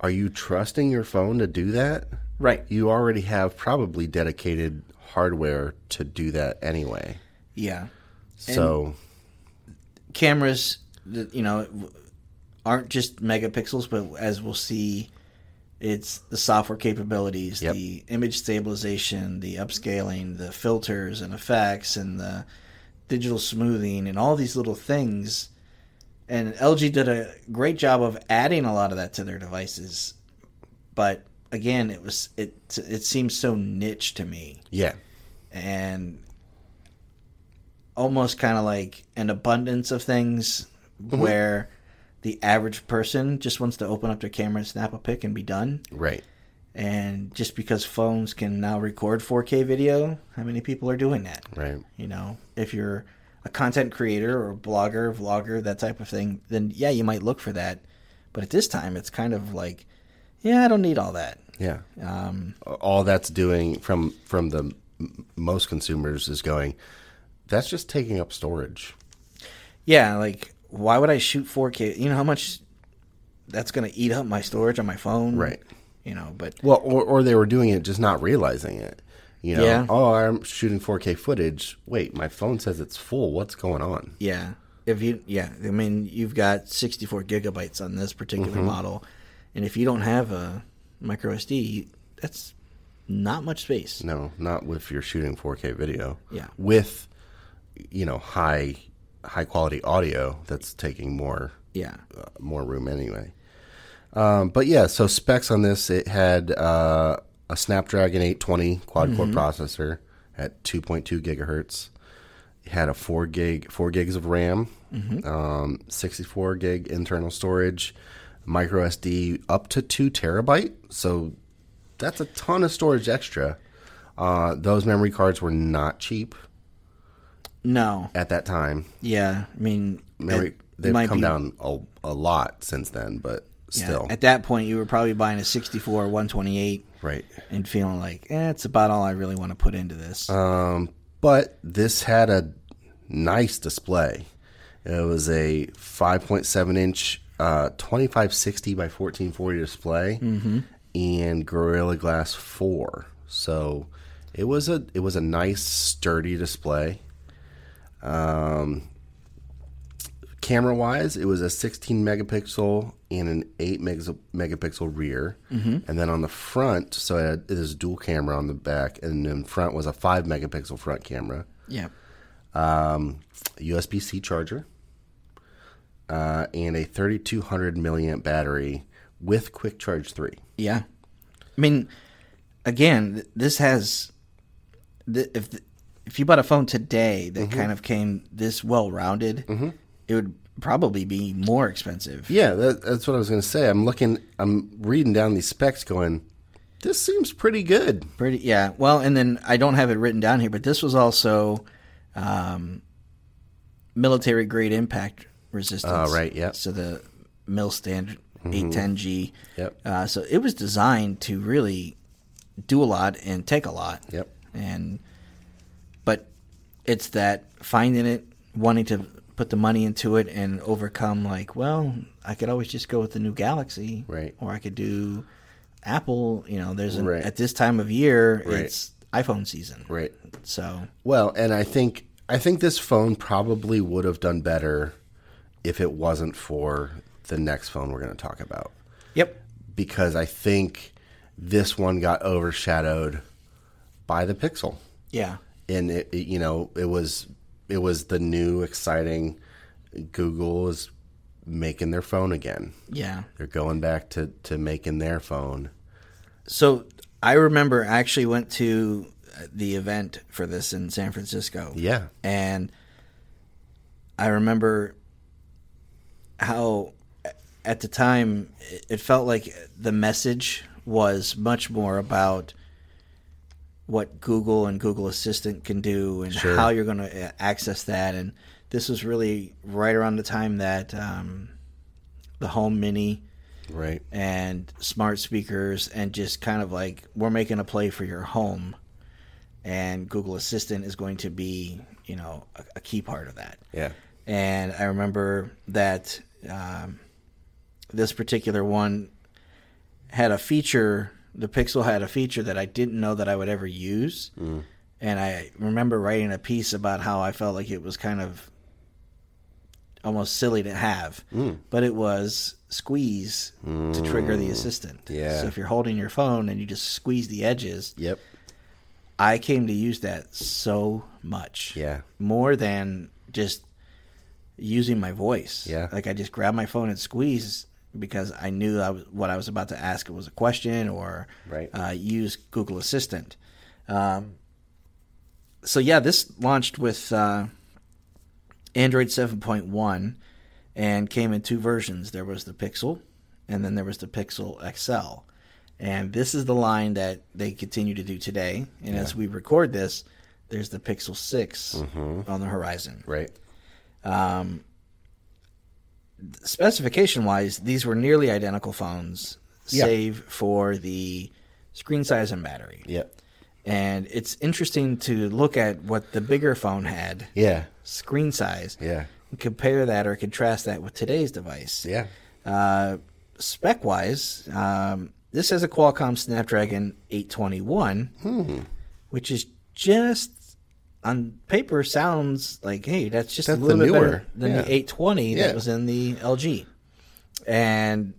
Speaker 2: are you trusting your phone to do that?
Speaker 1: Right.
Speaker 2: You already have probably dedicated hardware to do that anyway.
Speaker 1: Yeah.
Speaker 2: so
Speaker 1: Cameras, that, you know, aren't just megapixels, but as we'll see, It's the software capabilities,
Speaker 2: Yep.
Speaker 1: the image stabilization, the upscaling, the filters and effects, and the digital smoothing, and all these little things. And LG did a great job of adding a lot of that to their devices, but again, it was it it seems so niche to me
Speaker 2: Yeah.
Speaker 1: and almost kind of like an abundance of things where the average person just wants to open up their camera and snap a pic and be done.
Speaker 2: Right.
Speaker 1: And just because phones can now record 4K video, how many people are doing that?
Speaker 2: Right.
Speaker 1: You know, if you're a content creator or blogger, vlogger, that type of thing, then yeah, you might look for that. But at this time, it's kind of like, yeah, I don't need all that.
Speaker 2: Yeah.
Speaker 1: Um,
Speaker 2: All that's doing from from the m- most consumers is going. That's just taking up storage.
Speaker 1: Yeah, like why would I shoot 4K? You know how much that's going to eat up my storage on my phone,
Speaker 2: Right.
Speaker 1: You know, but
Speaker 2: Well, or, or they were doing it just not realizing it. You know,
Speaker 1: Yeah.
Speaker 2: oh, I'm shooting 4K footage. Wait, my phone says it's full. What's going on?
Speaker 1: yeah, if you yeah, I mean you've got 64 gigabytes on this particular
Speaker 2: Mm-hmm.
Speaker 1: model, and if you don't have a micro SD, you- that's not much space.
Speaker 2: No, not if you're shooting 4K video.
Speaker 1: Yeah.
Speaker 2: With, you know, high high quality audio that's taking more
Speaker 1: Yeah,
Speaker 2: uh, more room anyway. Um, but yeah, so specs on this, it had uh, a Snapdragon 820 quad core
Speaker 1: Mm-hmm.
Speaker 2: processor at 2.2 gigahertz. It had a four gig, four gigs of RAM,
Speaker 1: Mm-hmm.
Speaker 2: um, 64 gig internal storage, micro SD up to two terabyte. So that's a ton of storage extra. Uh, those memory cards were not cheap
Speaker 1: no,
Speaker 2: at that time.
Speaker 1: yeah, I mean
Speaker 2: Memory,
Speaker 1: it
Speaker 2: they've
Speaker 1: might
Speaker 2: come
Speaker 1: be-
Speaker 2: down a, a lot since then, but
Speaker 1: yeah,
Speaker 2: still,
Speaker 1: at that point you were probably buying a 64 128
Speaker 2: right.
Speaker 1: and feeling like eh, it's about all I really want to put into this.
Speaker 2: Um, but this had a nice display. It was a 5.7 inch uh, 2560 by 1440 display and Gorilla Glass 4. So it was a it was a nice sturdy display. Um, camera wise, it was a 16 megapixel and an 8 megas- megapixel rear, and then on the front, so it, had, it is dual camera on the back, and then front was a 5 megapixel front camera,
Speaker 1: yeah,
Speaker 2: um, USB C charger, uh, and a 3200 milliamp battery with Quick Charge 3.
Speaker 1: Yeah, I mean, again, th- this has th- if th- if you bought a phone today that kind of came this well rounded, it would probably be more expensive.
Speaker 2: Yeah, that, that's what I was going to say. I'm looking, I'm reading down these specs, going, this seems pretty good.
Speaker 1: Pretty, yeah. Well, and then I don't have it written down here, but this was also um, military grade impact resistance.
Speaker 2: Oh, right, yeah.
Speaker 1: So the mil standard 810G.
Speaker 2: Yep.
Speaker 1: Uh, so it was designed to really do a lot and take a lot.
Speaker 2: Yep.
Speaker 1: and but it's that finding it wanting to put the money into it and overcome like well i could always just go with the new galaxy
Speaker 2: Right.
Speaker 1: or i could do apple you know there's an,
Speaker 2: Right.
Speaker 1: at this time of year
Speaker 2: Right.
Speaker 1: it's iphone season
Speaker 2: Right.
Speaker 1: so
Speaker 2: Well, and I think I think this phone probably would have done better if it wasn't for the next phone we're going to talk about
Speaker 1: yep
Speaker 2: because I think this one got overshadowed by the Pixel.
Speaker 1: yeah
Speaker 2: And it, it- you know, it was it was the new exciting Google is making their phone again.
Speaker 1: yeah
Speaker 2: They're going back to to making their phone.
Speaker 1: so i remember i actually went to uh, the event for this in san francisco
Speaker 2: Yeah.
Speaker 1: and I remember how at the time it- it felt like the message was much more about what Google and Google Assistant can do and how you're going to access that and this was really right around the time that um, the home mini
Speaker 2: Right.
Speaker 1: and smart speakers and just kind of like we're making a play for your home and google assistant is going to be you know a, a key part of that
Speaker 2: Yeah.
Speaker 1: and i remember that um, this particular one had a feature the pixel had a feature that i didn't know that i would ever use
Speaker 2: Mm.
Speaker 1: and i remember writing a piece about how i felt like it was kind of almost silly to have,
Speaker 2: Mm.
Speaker 1: but it was squeeze to trigger the assistant.
Speaker 2: Yeah.
Speaker 1: So if you're holding your phone and you just squeeze the edges,
Speaker 2: Yep.
Speaker 1: I came to use that so much.
Speaker 2: Yeah.
Speaker 1: More than just using my voice.
Speaker 2: Yeah.
Speaker 1: Like I just grabbed my phone and squeezed because I knew I was, what I was about to ask was a question or
Speaker 2: Right.
Speaker 1: uh, use Google Assistant. Um, so yeah, this launched with uh, Android 7.1 and came in two versions. There was the Pixel, and then there was the Pixel XL. And this is the line that they continue to do today. And as we record this, there's the Pixel 6
Speaker 2: Mm-hmm.
Speaker 1: on the horizon.
Speaker 2: Right.
Speaker 1: Specification wise, these were nearly identical phones,
Speaker 2: Yeah.
Speaker 1: save for the screen size and battery.
Speaker 2: Yep.
Speaker 1: And it's interesting to look at what the bigger phone had,
Speaker 2: Yeah.
Speaker 1: screen size,
Speaker 2: Yeah.
Speaker 1: and compare that or contrast that with today's device.
Speaker 2: Yeah.
Speaker 1: Uh, spec wise, um, this has a Qualcomm Snapdragon 821,
Speaker 2: Hmm.
Speaker 1: which is just on paper sounds like, hey, that's just
Speaker 2: That's
Speaker 1: a little
Speaker 2: the
Speaker 1: bit
Speaker 2: newer,
Speaker 1: better than
Speaker 2: yeah.
Speaker 1: the 820
Speaker 2: Yeah.
Speaker 1: that was in the LG. And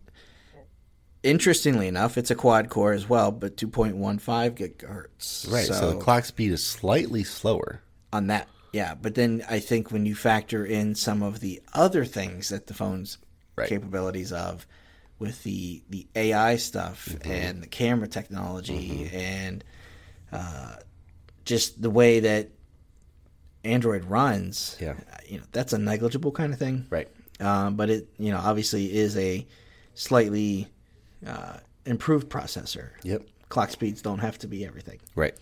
Speaker 1: interestingly enough, it's a quad core as well, but 2.15 gigahertz.
Speaker 2: Right. So, the clock speed is slightly slower.
Speaker 1: on that. Yeah, but then I think when you factor in some of the other things that the phone's
Speaker 2: Right.
Speaker 1: capabilities of, with the the AI stuff
Speaker 2: Mm-hmm.
Speaker 1: and the camera technology and uh, just the way that Android runs,
Speaker 2: Yeah.
Speaker 1: you know that's a negligible kind of thing,
Speaker 2: Right.
Speaker 1: Um, but it you know obviously is a slightly uh, improved processor.
Speaker 2: Yep.
Speaker 1: Clock speeds don't have to be everything.
Speaker 2: Right.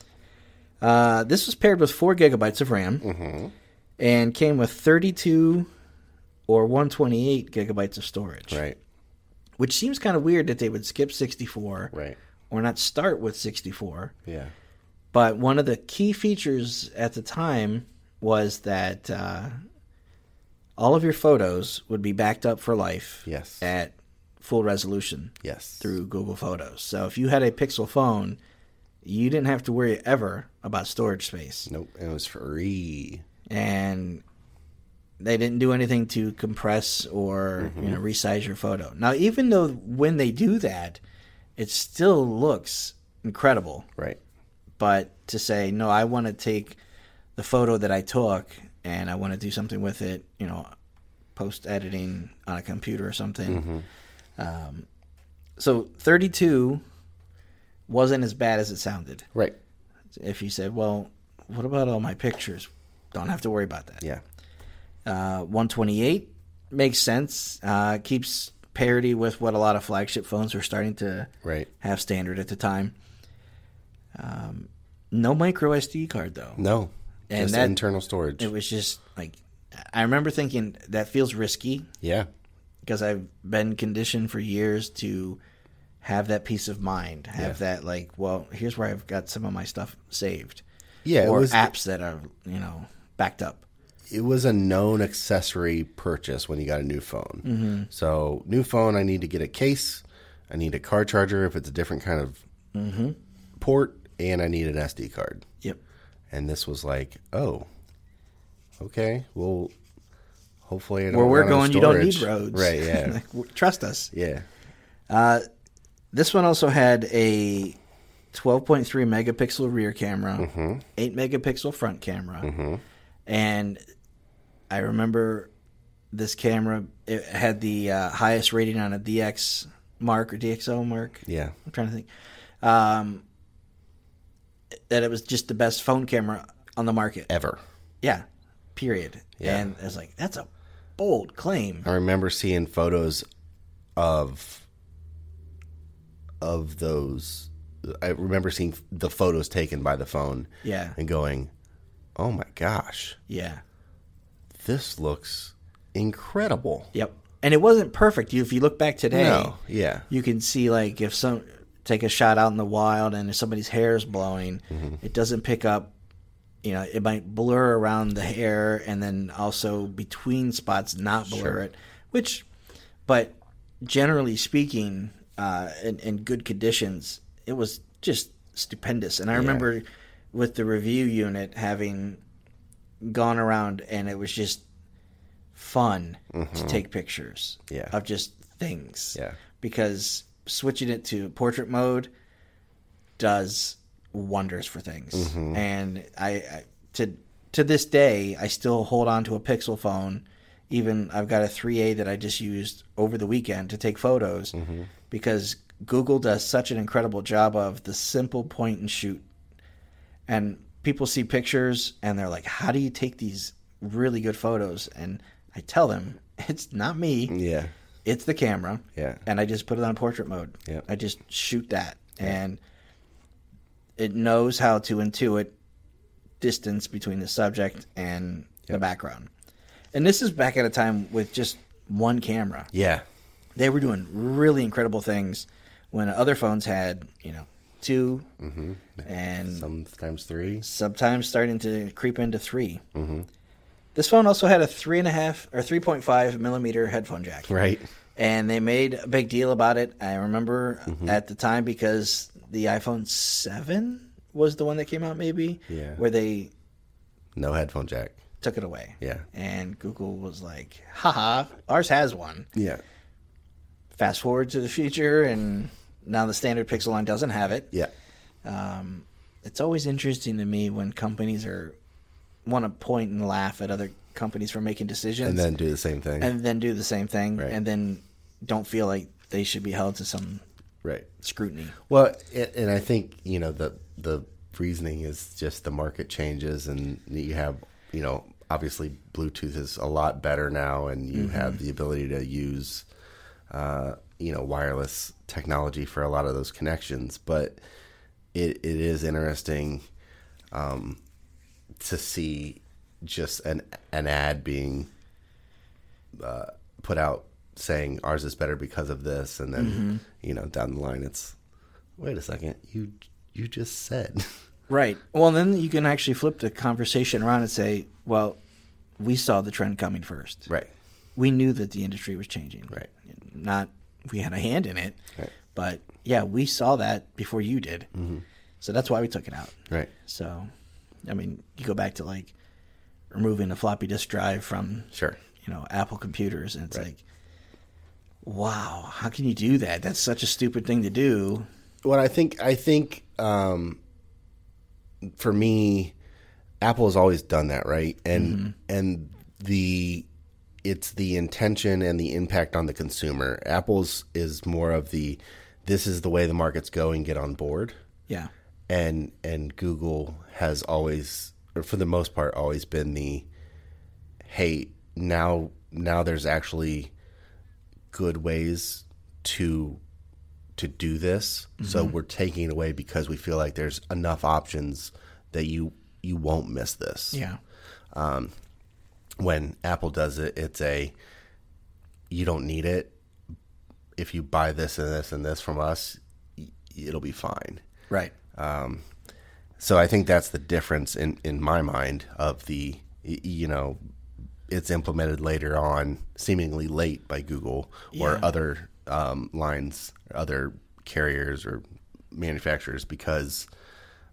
Speaker 1: Uh, this was paired with four gigabytes of RAM
Speaker 2: Mm-hmm.
Speaker 1: and came with 32 or 128 gigabytes of storage,
Speaker 2: Right.
Speaker 1: which seems kind of weird that they would skip 64
Speaker 2: Right.
Speaker 1: or not start with 64.
Speaker 2: Yeah.
Speaker 1: But one of the key features at the time was that uh, all of your photos would be backed up for life
Speaker 2: Yes.
Speaker 1: at full resolution
Speaker 2: Yes.
Speaker 1: through Google Photos. So if you had a Pixel phone, you didn't have to worry ever about storage space.
Speaker 2: Nope. It was free.
Speaker 1: and they didn't do anything to compress or you know resize your photo. Now, even though when they do that, it still looks incredible.
Speaker 2: Right.
Speaker 1: But to say no, I want to take the photo that I took and I want to do something with it, you know, post editing on a computer or something. Um, so 32 wasn't as bad as it sounded
Speaker 2: Right.
Speaker 1: if you said, well, what about all my pictures? Don't have to worry about that.
Speaker 2: Yeah.
Speaker 1: Uh, 128 makes sense. Uh, keeps parity with what a lot of flagship phones were starting to
Speaker 2: Right.
Speaker 1: have standard at the time. Um, no micro SD card though.
Speaker 2: No.
Speaker 1: And
Speaker 2: just
Speaker 1: that-
Speaker 2: internal storage.
Speaker 1: It was just like I remember thinking that feels risky
Speaker 2: yeah.
Speaker 1: because I've been conditioned for years to have that peace of mind, have that like, well, here's where I've got some of my stuff saved.
Speaker 2: Yeah. It
Speaker 1: or
Speaker 2: was
Speaker 1: apps that are you know backed up.
Speaker 2: it was a known accessory purchase when you got a new phone.
Speaker 1: Mm-hmm.
Speaker 2: So new phone, I need to get a case. I need a car charger if it's a different kind of
Speaker 1: Mm-hmm.
Speaker 2: port, and I need an SD card.
Speaker 1: Yep.
Speaker 2: And this was like, oh, okay. Well, hopefully, I don't
Speaker 1: Where we're
Speaker 2: run out
Speaker 1: going,
Speaker 2: of
Speaker 1: you don't need
Speaker 2: storage.
Speaker 1: roads.
Speaker 2: right? Yeah,
Speaker 1: Like, w- Trust us.
Speaker 2: yeah,
Speaker 1: This one also had a 12.3 megapixel rear camera,
Speaker 2: Mm-hmm.
Speaker 1: 8 megapixel front camera. And I remember this camera, it had the uh, highest rating on a DX mark or DXO mark.
Speaker 2: yeah,
Speaker 1: I'm trying to think. Um, that it was just the best phone camera on the market.
Speaker 2: ever.
Speaker 1: Yeah. Period.
Speaker 2: Yeah.
Speaker 1: And I was like, that's a bold claim.
Speaker 2: I remember seeing photos of of those. I remember seeing the photos taken by the phone.
Speaker 1: Yeah.
Speaker 2: and going, "Oh my gosh,
Speaker 1: Yeah.
Speaker 2: this looks incredible."
Speaker 1: Yep. And it wasn't perfect. You, if you look back today,
Speaker 2: No, yeah,
Speaker 1: you can see like if some take a shot out in the wild and if somebody's hair is blowing,
Speaker 2: Mm-hmm.
Speaker 1: it doesn't pick up. You know, it might blur around the hair and then also between spots not blur it. Which, but generally speaking, uh, in, in good conditions, it was just stupendous. And I remember with the review unit having gone around and it was just fun to take pictures
Speaker 2: Mm-hmm. Yeah.
Speaker 1: of just things.
Speaker 2: Yeah.
Speaker 1: Because switching it to portrait mode does wonders for things. And I, I to to this day I still hold on to a Pixel phone. Even I've got a 3A that I just used over the weekend to take photos because Google does such an incredible job of the simple point and shoot and people see pictures and they're like how do you take these really good photos and i tell them it's not me
Speaker 2: Yeah.
Speaker 1: it's the camera
Speaker 2: Yeah.
Speaker 1: and i just put it on portrait mode
Speaker 2: Yeah.
Speaker 1: i just shoot that and it knows how to intuit distance between the subject and the background and this is back at a time with just one camera
Speaker 2: Yeah.
Speaker 1: they were doing really incredible things when other phones had you know 2
Speaker 2: Mm-hmm.
Speaker 1: and
Speaker 2: Sometimes three.
Speaker 1: sometimes starting to creep into 3 Mm-hmm. This phone also had a three and a half or three point five millimeter headphone jack,
Speaker 2: Right.
Speaker 1: and they made a big deal about it. I remember
Speaker 2: Mm-hmm.
Speaker 1: at the time because the iPhone seven was the one that came out, maybe,
Speaker 2: Yeah.
Speaker 1: where they
Speaker 2: No headphone jack.
Speaker 1: took it away.
Speaker 2: Yeah.
Speaker 1: and Google was like, "Haha, ours has one."
Speaker 2: Yeah.
Speaker 1: Fast forward to the future, and now the standard Pixel line doesn't have it.
Speaker 2: Yeah.
Speaker 1: it's always interesting to me when companies are want to point and laugh at other companies for making decisions
Speaker 2: And then do the same thing.
Speaker 1: and then do the same thing
Speaker 2: Right.
Speaker 1: and then don't feel like they should be held to some
Speaker 2: right.
Speaker 1: scrutiny.
Speaker 2: Well, a- and I think you know the the reasoning is just the market changes, and you have you know obviously Bluetooth is a lot better now, and you have the ability to use uh, you know wireless technology for a lot of those connections. But it, it is interesting um, to see just an an ad being put out saying ours is better because of this and then you know down the line it's wait a second you you just said
Speaker 1: Right. Well, then you can actually flip the conversation around and say, well, we saw the trend coming first.
Speaker 2: right
Speaker 1: We knew that the industry was changing.
Speaker 2: Right.
Speaker 1: Not we had a hand in it,
Speaker 2: Right. Mm-hmm.
Speaker 1: but yeah, we saw that before you did. So that's why we took it out.
Speaker 2: right
Speaker 1: So, I mean, you go back to like removing a floppy disk drive from
Speaker 2: sure
Speaker 1: you know Apple computers, and it's
Speaker 2: Right.
Speaker 1: like, wow, how can you do that? That's such a stupid thing to do.
Speaker 2: well i think i think um for me apple has always done that right and and the it's the intention and the impact on the consumer apple's is more of the this is the way the market's going get on board
Speaker 1: Yeah,
Speaker 2: and and Google has always, or for the most part, always been the hey now now there's actually good ways to to do this. So we're taking it away because we feel like there's enough options that you you won't miss this.
Speaker 1: yeah,
Speaker 2: When Apple does it, it's a you don't need it. If you buy this and this and this from us, y- it'll be fine.
Speaker 1: right.
Speaker 2: So I think that's the difference in in my mind of the y- you know it's implemented later on, seemingly late by Google or
Speaker 1: Yeah.
Speaker 2: other um, lines, other carriers or manufacturers because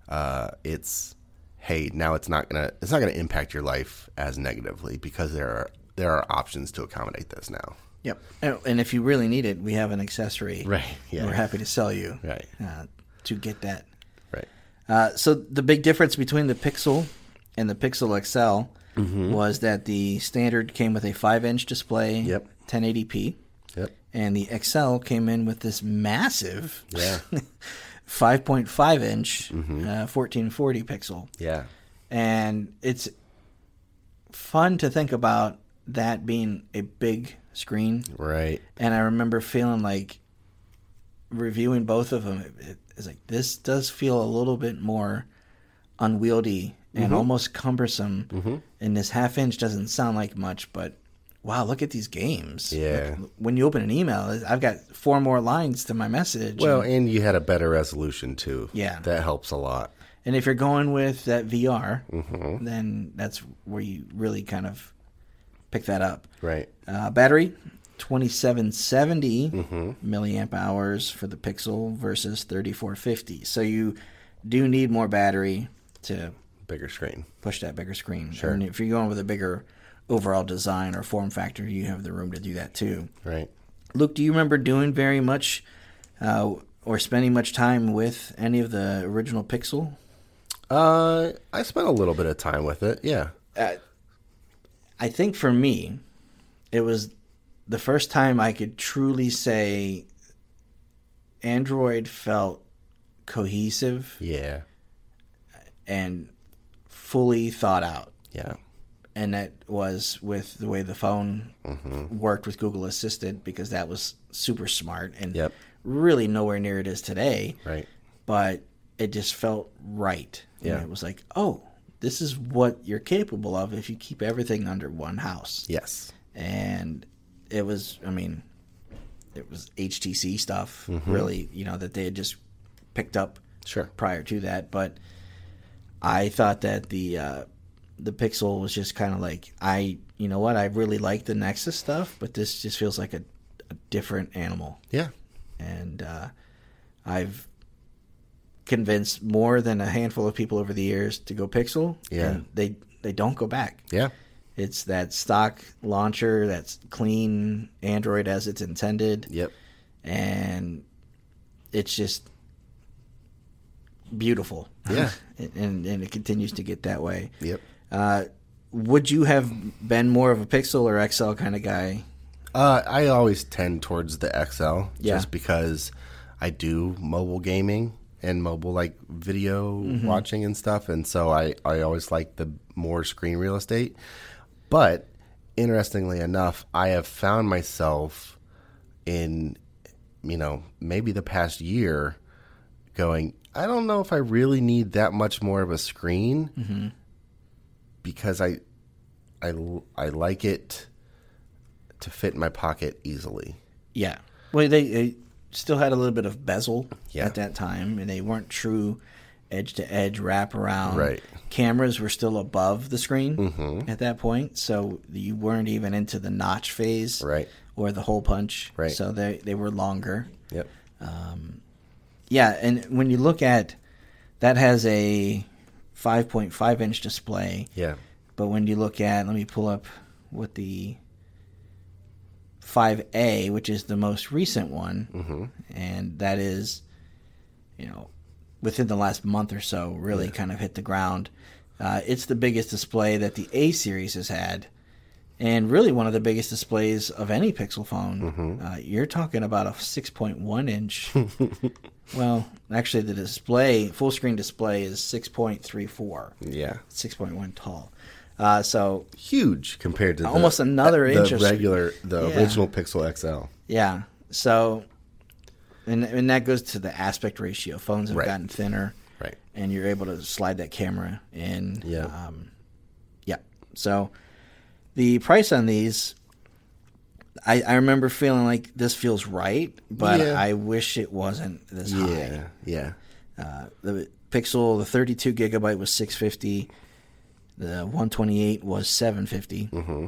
Speaker 2: uh, it's hey now it's not gonna it's not gonna impact your life as negatively because there are there are options to accommodate this now.
Speaker 1: Yep. And, and if you really need it, we have an accessory.
Speaker 2: Right, yeah.
Speaker 1: We're happy to sell you.
Speaker 2: Right.
Speaker 1: Uh, to get that.
Speaker 2: Right.
Speaker 1: Uh, so the big difference between the Pixel and the Pixel XL
Speaker 2: Mm-hmm.
Speaker 1: was that the standard came with a five-inch display,
Speaker 2: Yep.
Speaker 1: 1080p.
Speaker 2: Yep.
Speaker 1: and the XL came in with this massive,
Speaker 2: Yeah. Mm-hmm.
Speaker 1: 5.5 inch, uh, 1440 pixel,
Speaker 2: Yeah.
Speaker 1: and it's fun to think about that being a big screen.
Speaker 2: Right.
Speaker 1: And I remember feeling like reviewing both of them. It, it- it's like this does feel a little bit more unwieldy and
Speaker 2: Mm-hmm.
Speaker 1: almost cumbersome. And this half inch doesn't sound like much, but wow, look at these games.
Speaker 2: Yeah.
Speaker 1: Look, when you open an email, I've got four more lines to my message.
Speaker 2: Well, and you had a better resolution too.
Speaker 1: Yeah.
Speaker 2: That helps a lot.
Speaker 1: and if you're going with that VR,
Speaker 2: Mm-hmm.
Speaker 1: then that's where you really kind of pick that up.
Speaker 2: Right.
Speaker 1: Uh, battery, 2770 milliamp hours for the Pixel versus 3450. So you do need more battery to
Speaker 2: Bigger screen.
Speaker 1: push that bigger screen. Sure. And if you're going with a bigger overall design or form factor, you have the room to do that too.
Speaker 2: Right.
Speaker 1: Luke, do you remember doing very much uh, or spending much time with any of the original Pixel?
Speaker 2: Uh, I spent a little bit of time with it. Yeah.
Speaker 1: Uh, I think for me, it was the first time I could truly say Android felt cohesive
Speaker 2: Yeah.
Speaker 1: and fully thought out.
Speaker 2: Yeah.
Speaker 1: and that was with the way the phone
Speaker 2: Mm-hmm.
Speaker 1: worked with Google Assistant because that was super smart and
Speaker 2: Yep.
Speaker 1: really nowhere near it is today.
Speaker 2: Right.
Speaker 1: But it just felt right.
Speaker 2: Yeah.
Speaker 1: And it was like, oh, this is what you're capable of if you keep everything under one house.
Speaker 2: Yes.
Speaker 1: And it was, I mean, it was HTC stuff, really, you know, that they had just picked up
Speaker 2: Sure.
Speaker 1: prior to that, but I thought that the uh, the Pixel was just kind of like I, you know what, I really like the Nexus stuff, but this just feels like a, a different animal,
Speaker 2: Yeah.
Speaker 1: and uh, I've convinced more than a handful of people over the years to go Pixel.
Speaker 2: Yeah.
Speaker 1: and they they don't go back.
Speaker 2: Yeah.
Speaker 1: It's that stock launcher that's clean Android as it's intended
Speaker 2: Yep.
Speaker 1: and it's just beautiful.
Speaker 2: Yeah.
Speaker 1: and and it continues to get that way.
Speaker 2: Yep.
Speaker 1: Uh, would you have been more of a Pixel or XL kind of guy?
Speaker 2: Uh, I always tend towards the XL
Speaker 1: Yeah.
Speaker 2: just because I do mobile gaming and mobile like video watching and stuff, and so I I always like the more screen real estate. But interestingly enough, I have found myself in you know maybe the past year going. I don't know if I really need that much more of a screen because I, I l- I like it to fit in my pocket easily.
Speaker 1: Yeah. Well, they, they still had a little bit of bezel
Speaker 2: Yeah.
Speaker 1: at that time, and they weren't true edge to edge wraparound.
Speaker 2: Right. Mm-hmm.
Speaker 1: Cameras were still above the screen at that point, so you weren't even into the notch phase,
Speaker 2: Right.
Speaker 1: Or the hole punch,
Speaker 2: Right.
Speaker 1: So they they were longer.
Speaker 2: Yep.
Speaker 1: Yeah, and when you look at that has a 5.5 inch display,
Speaker 2: Yeah.
Speaker 1: but when you look at let me pull up what the 5A, which is the most recent one, and that is you know within the last month or so really kind of hit the ground. Uh, it's the biggest display that the A series has had. And really, one of the biggest displays of any Pixel phone. Uh, you're talking about a 6.1 inch well, actually, the display, full screen display, is 6.34,
Speaker 2: Yeah.
Speaker 1: 6.1 tall. Uh, so,
Speaker 2: Huge compared to the-
Speaker 1: Almost another
Speaker 2: the
Speaker 1: inch of
Speaker 2: regular the
Speaker 1: Yeah.
Speaker 2: original Pixel XL.
Speaker 1: yeah. So, and, and that goes to the aspect ratio. Phones have
Speaker 2: Right.
Speaker 1: gotten thinner,
Speaker 2: Right.
Speaker 1: and you're able to slide that camera in.
Speaker 2: Yeah.
Speaker 1: Um, yeah. So, the price on these, I, I remember feeling like this feels right, but
Speaker 2: Yeah.
Speaker 1: I wish it wasn't this high.
Speaker 2: Yeah. Yeah.
Speaker 1: Uh, the Pixel, the 32 gigabyte was 650. The 128 was 750. Mm-hmm.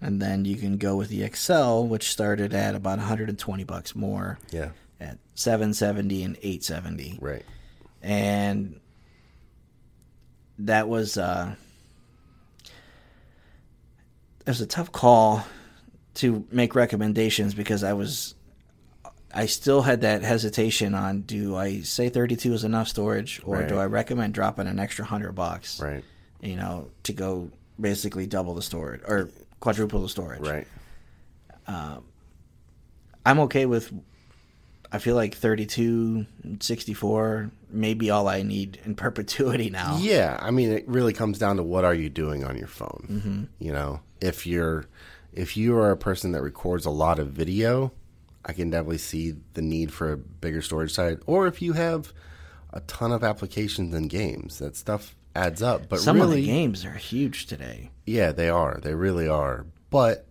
Speaker 1: And then you can go with the XL, which started at about 120 bucks more
Speaker 2: Yeah.
Speaker 1: at 770 and 870.
Speaker 2: Right.
Speaker 1: And that was uh, it was a tough call to make recommendations because I was I still had that hesitation on do I say 32 is enough storage or
Speaker 2: Right.
Speaker 1: do I recommend dropping an extra 100 bucks
Speaker 2: Right.
Speaker 1: you know to go basically double the storage or quadruple the storage
Speaker 2: Right.
Speaker 1: I'm okay with I feel like 32 64 maybe all I need in perpetuity now
Speaker 2: Yeah, I mean, it really comes down to what are you doing on your phone. You know, if you're if you are a person that records a lot of video, I can definitely see the need for a bigger storage side. Or if you have a ton of applications and games, that stuff adds up. But
Speaker 1: some
Speaker 2: really,
Speaker 1: of the games are huge today
Speaker 2: yeah, they are. They really are. But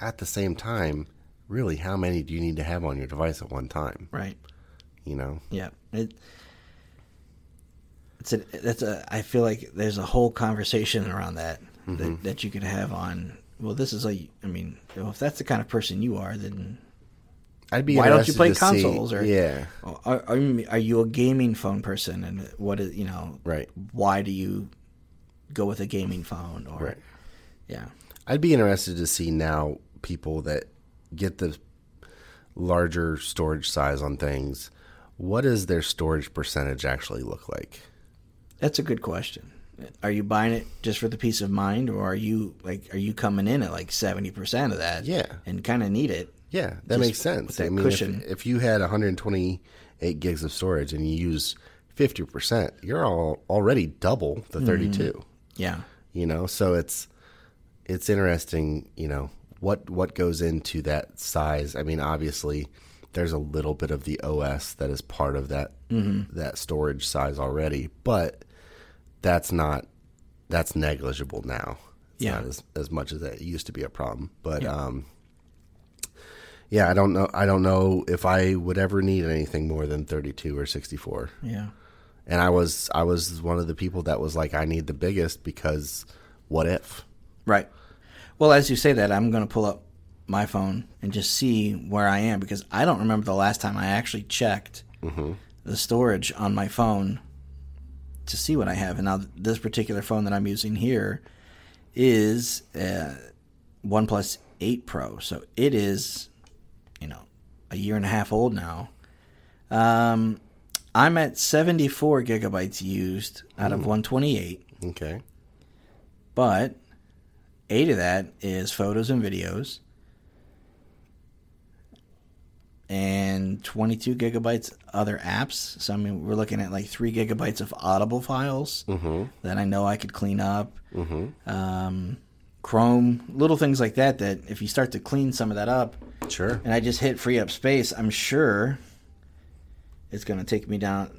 Speaker 2: at the same time, really, how many do you need to have on your device at one time?
Speaker 1: right
Speaker 2: You know,
Speaker 1: Yeah. It, it's a, that's a, I feel like there's a whole conversation around that,
Speaker 2: Mm-hmm.
Speaker 1: that that you could have on, well, this is a, I mean, well, if that's the kind of person you are, then
Speaker 2: I'd be.
Speaker 1: why don't you
Speaker 2: interested
Speaker 1: play
Speaker 2: to see-
Speaker 1: consoles? or
Speaker 2: yeah,
Speaker 1: Are, are, you- are you a gaming phone person? And what is, you know,
Speaker 2: Right.
Speaker 1: why do you go with a gaming phone? Or
Speaker 2: Right.
Speaker 1: Yeah.
Speaker 2: I'd be interested to see now people that get the larger storage size on things. What does their storage percentage actually look like?
Speaker 1: That's a good question. Are you buying it just for the peace of mind, or are you like are you coming in at like seventy percent of that?
Speaker 2: Yeah.
Speaker 1: and kind of need it.
Speaker 2: Yeah, that
Speaker 1: Just
Speaker 2: makes sense.
Speaker 1: with that
Speaker 2: I mean, if,
Speaker 1: cushion.
Speaker 2: if you had 128 gigs of storage and you use 50%, you're all already double the 32.
Speaker 1: Yeah,
Speaker 2: You know, so it's it's interesting, you know, what what goes into that size. I mean, obviously there's a little bit of the OS that is part of that that storage size already, but that's not that's negligible now. It's
Speaker 1: Yeah.
Speaker 2: not as, as much as that used to be a problem, but um yeah, I don't know. I don't know if I would ever need anything more than 32 or 64.
Speaker 1: yeah,
Speaker 2: And I was I was one of the people that was like, I need the biggest because what if?
Speaker 1: right. Well, as you say that, I'm going to pull up my phone and just see where I am because I don't remember the last time I actually checked the storage on my phone to see what I have. And now th- this particular phone that I'm using here is uh, OnePlus 8 Pro, so it is, you know, a year and a half old now. Um, I'm at 74 gigabytes used out of 128
Speaker 2: Okay.
Speaker 1: but eight of that is photos and videos and 22 gigabytes other apps so i mean we're looking at like three gigabytes of audible files that i know i could clean up um, chrome little things like that that if you start to clean some of that up
Speaker 2: Sure.
Speaker 1: and i just hit free up space i'm sure it's going to take me down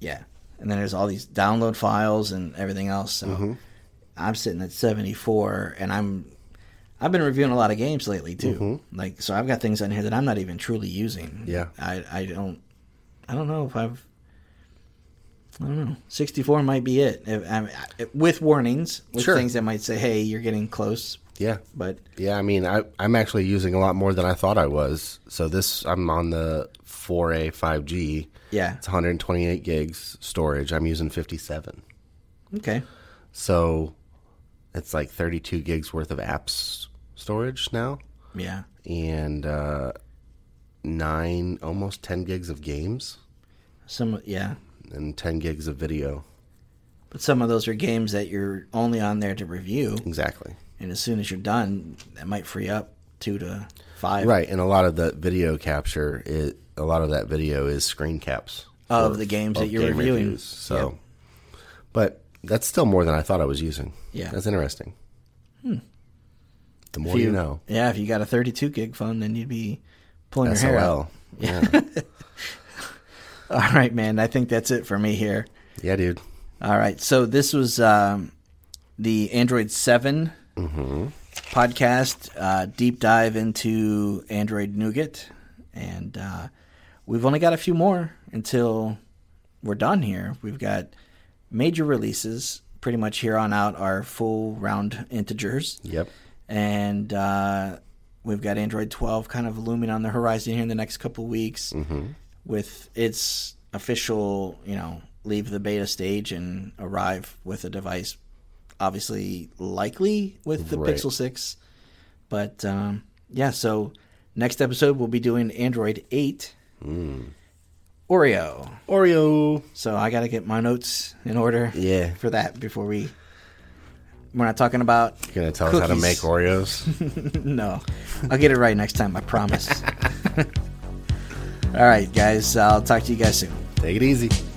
Speaker 1: yeah and then there's all these download files and everything else so
Speaker 2: Mm-hmm.
Speaker 1: i'm sitting at 74 and i'm i've been reviewing a lot of games lately too like so i've got things on here that i'm not even truly using
Speaker 2: Mm-hmm. Yeah.
Speaker 1: i i don't i don't know if i've I don't know. Sixty-four might be it, If- I mean, I- with warnings, with
Speaker 2: Sure.
Speaker 1: things that might say, "Hey, you're getting close,"
Speaker 2: Yeah.
Speaker 1: but
Speaker 2: Yeah, I mean, I, I'm actually using a lot more than I thought I was. So this, I'm on the 4A 5G.
Speaker 1: yeah,
Speaker 2: It's 128 gigs storage. I'm using 57.
Speaker 1: okay,
Speaker 2: So it's like 32 gigs worth of apps storage now,
Speaker 1: yeah.
Speaker 2: and uh, nine, almost 10 gigs of games,
Speaker 1: Some yeah,
Speaker 2: and 10 gigs of video.
Speaker 1: but some of those are games that you're only on there to review.
Speaker 2: Exactly.
Speaker 1: and as soon as you're done, that might free up two to five
Speaker 2: Right, and a lot of the video capture, is, a lot of that video is screen caps
Speaker 1: of
Speaker 2: for-
Speaker 1: the games
Speaker 2: of
Speaker 1: that you're
Speaker 2: game
Speaker 1: reviewing.
Speaker 2: reviews, so, but that's still more than I thought I was using.
Speaker 1: Yeah. Hmm.
Speaker 2: that's interesting. The more
Speaker 1: If
Speaker 2: you, know,
Speaker 1: Yeah, if you got a 32 gig phone, then you'd be pulling your hair out.
Speaker 2: SOL. Yeah,
Speaker 1: All right, man. I think that's it for me here.
Speaker 2: yeah, dude.
Speaker 1: All right. So this was um, the Android 7 podcast uh, deep dive into Android Nougat. And uh, we've only got a few more until we're done here. We've got major releases. Pretty much here on out are full round integers.
Speaker 2: Yep.
Speaker 1: and uh, we've got Android 12 kind of looming on the horizon here in the next couple weeks
Speaker 2: Mm-hmm.
Speaker 1: with its official, you know, leave the beta stage and arrive with a device, obviously likely with the
Speaker 2: Right.
Speaker 1: Pixel 6. But um, yeah, so next episode we'll be doing Android 8
Speaker 2: Mm.
Speaker 1: Oreo.
Speaker 2: Oreo.
Speaker 1: So I got to get my notes in order
Speaker 2: Yeah.
Speaker 1: for that before we. We're not talking about
Speaker 2: You're gonna tell us how to
Speaker 1: Cookies.
Speaker 2: make Oreos.
Speaker 1: no, I'll get it right next time. I promise. All right, guys. I'll talk to you guys soon.
Speaker 2: Take it easy.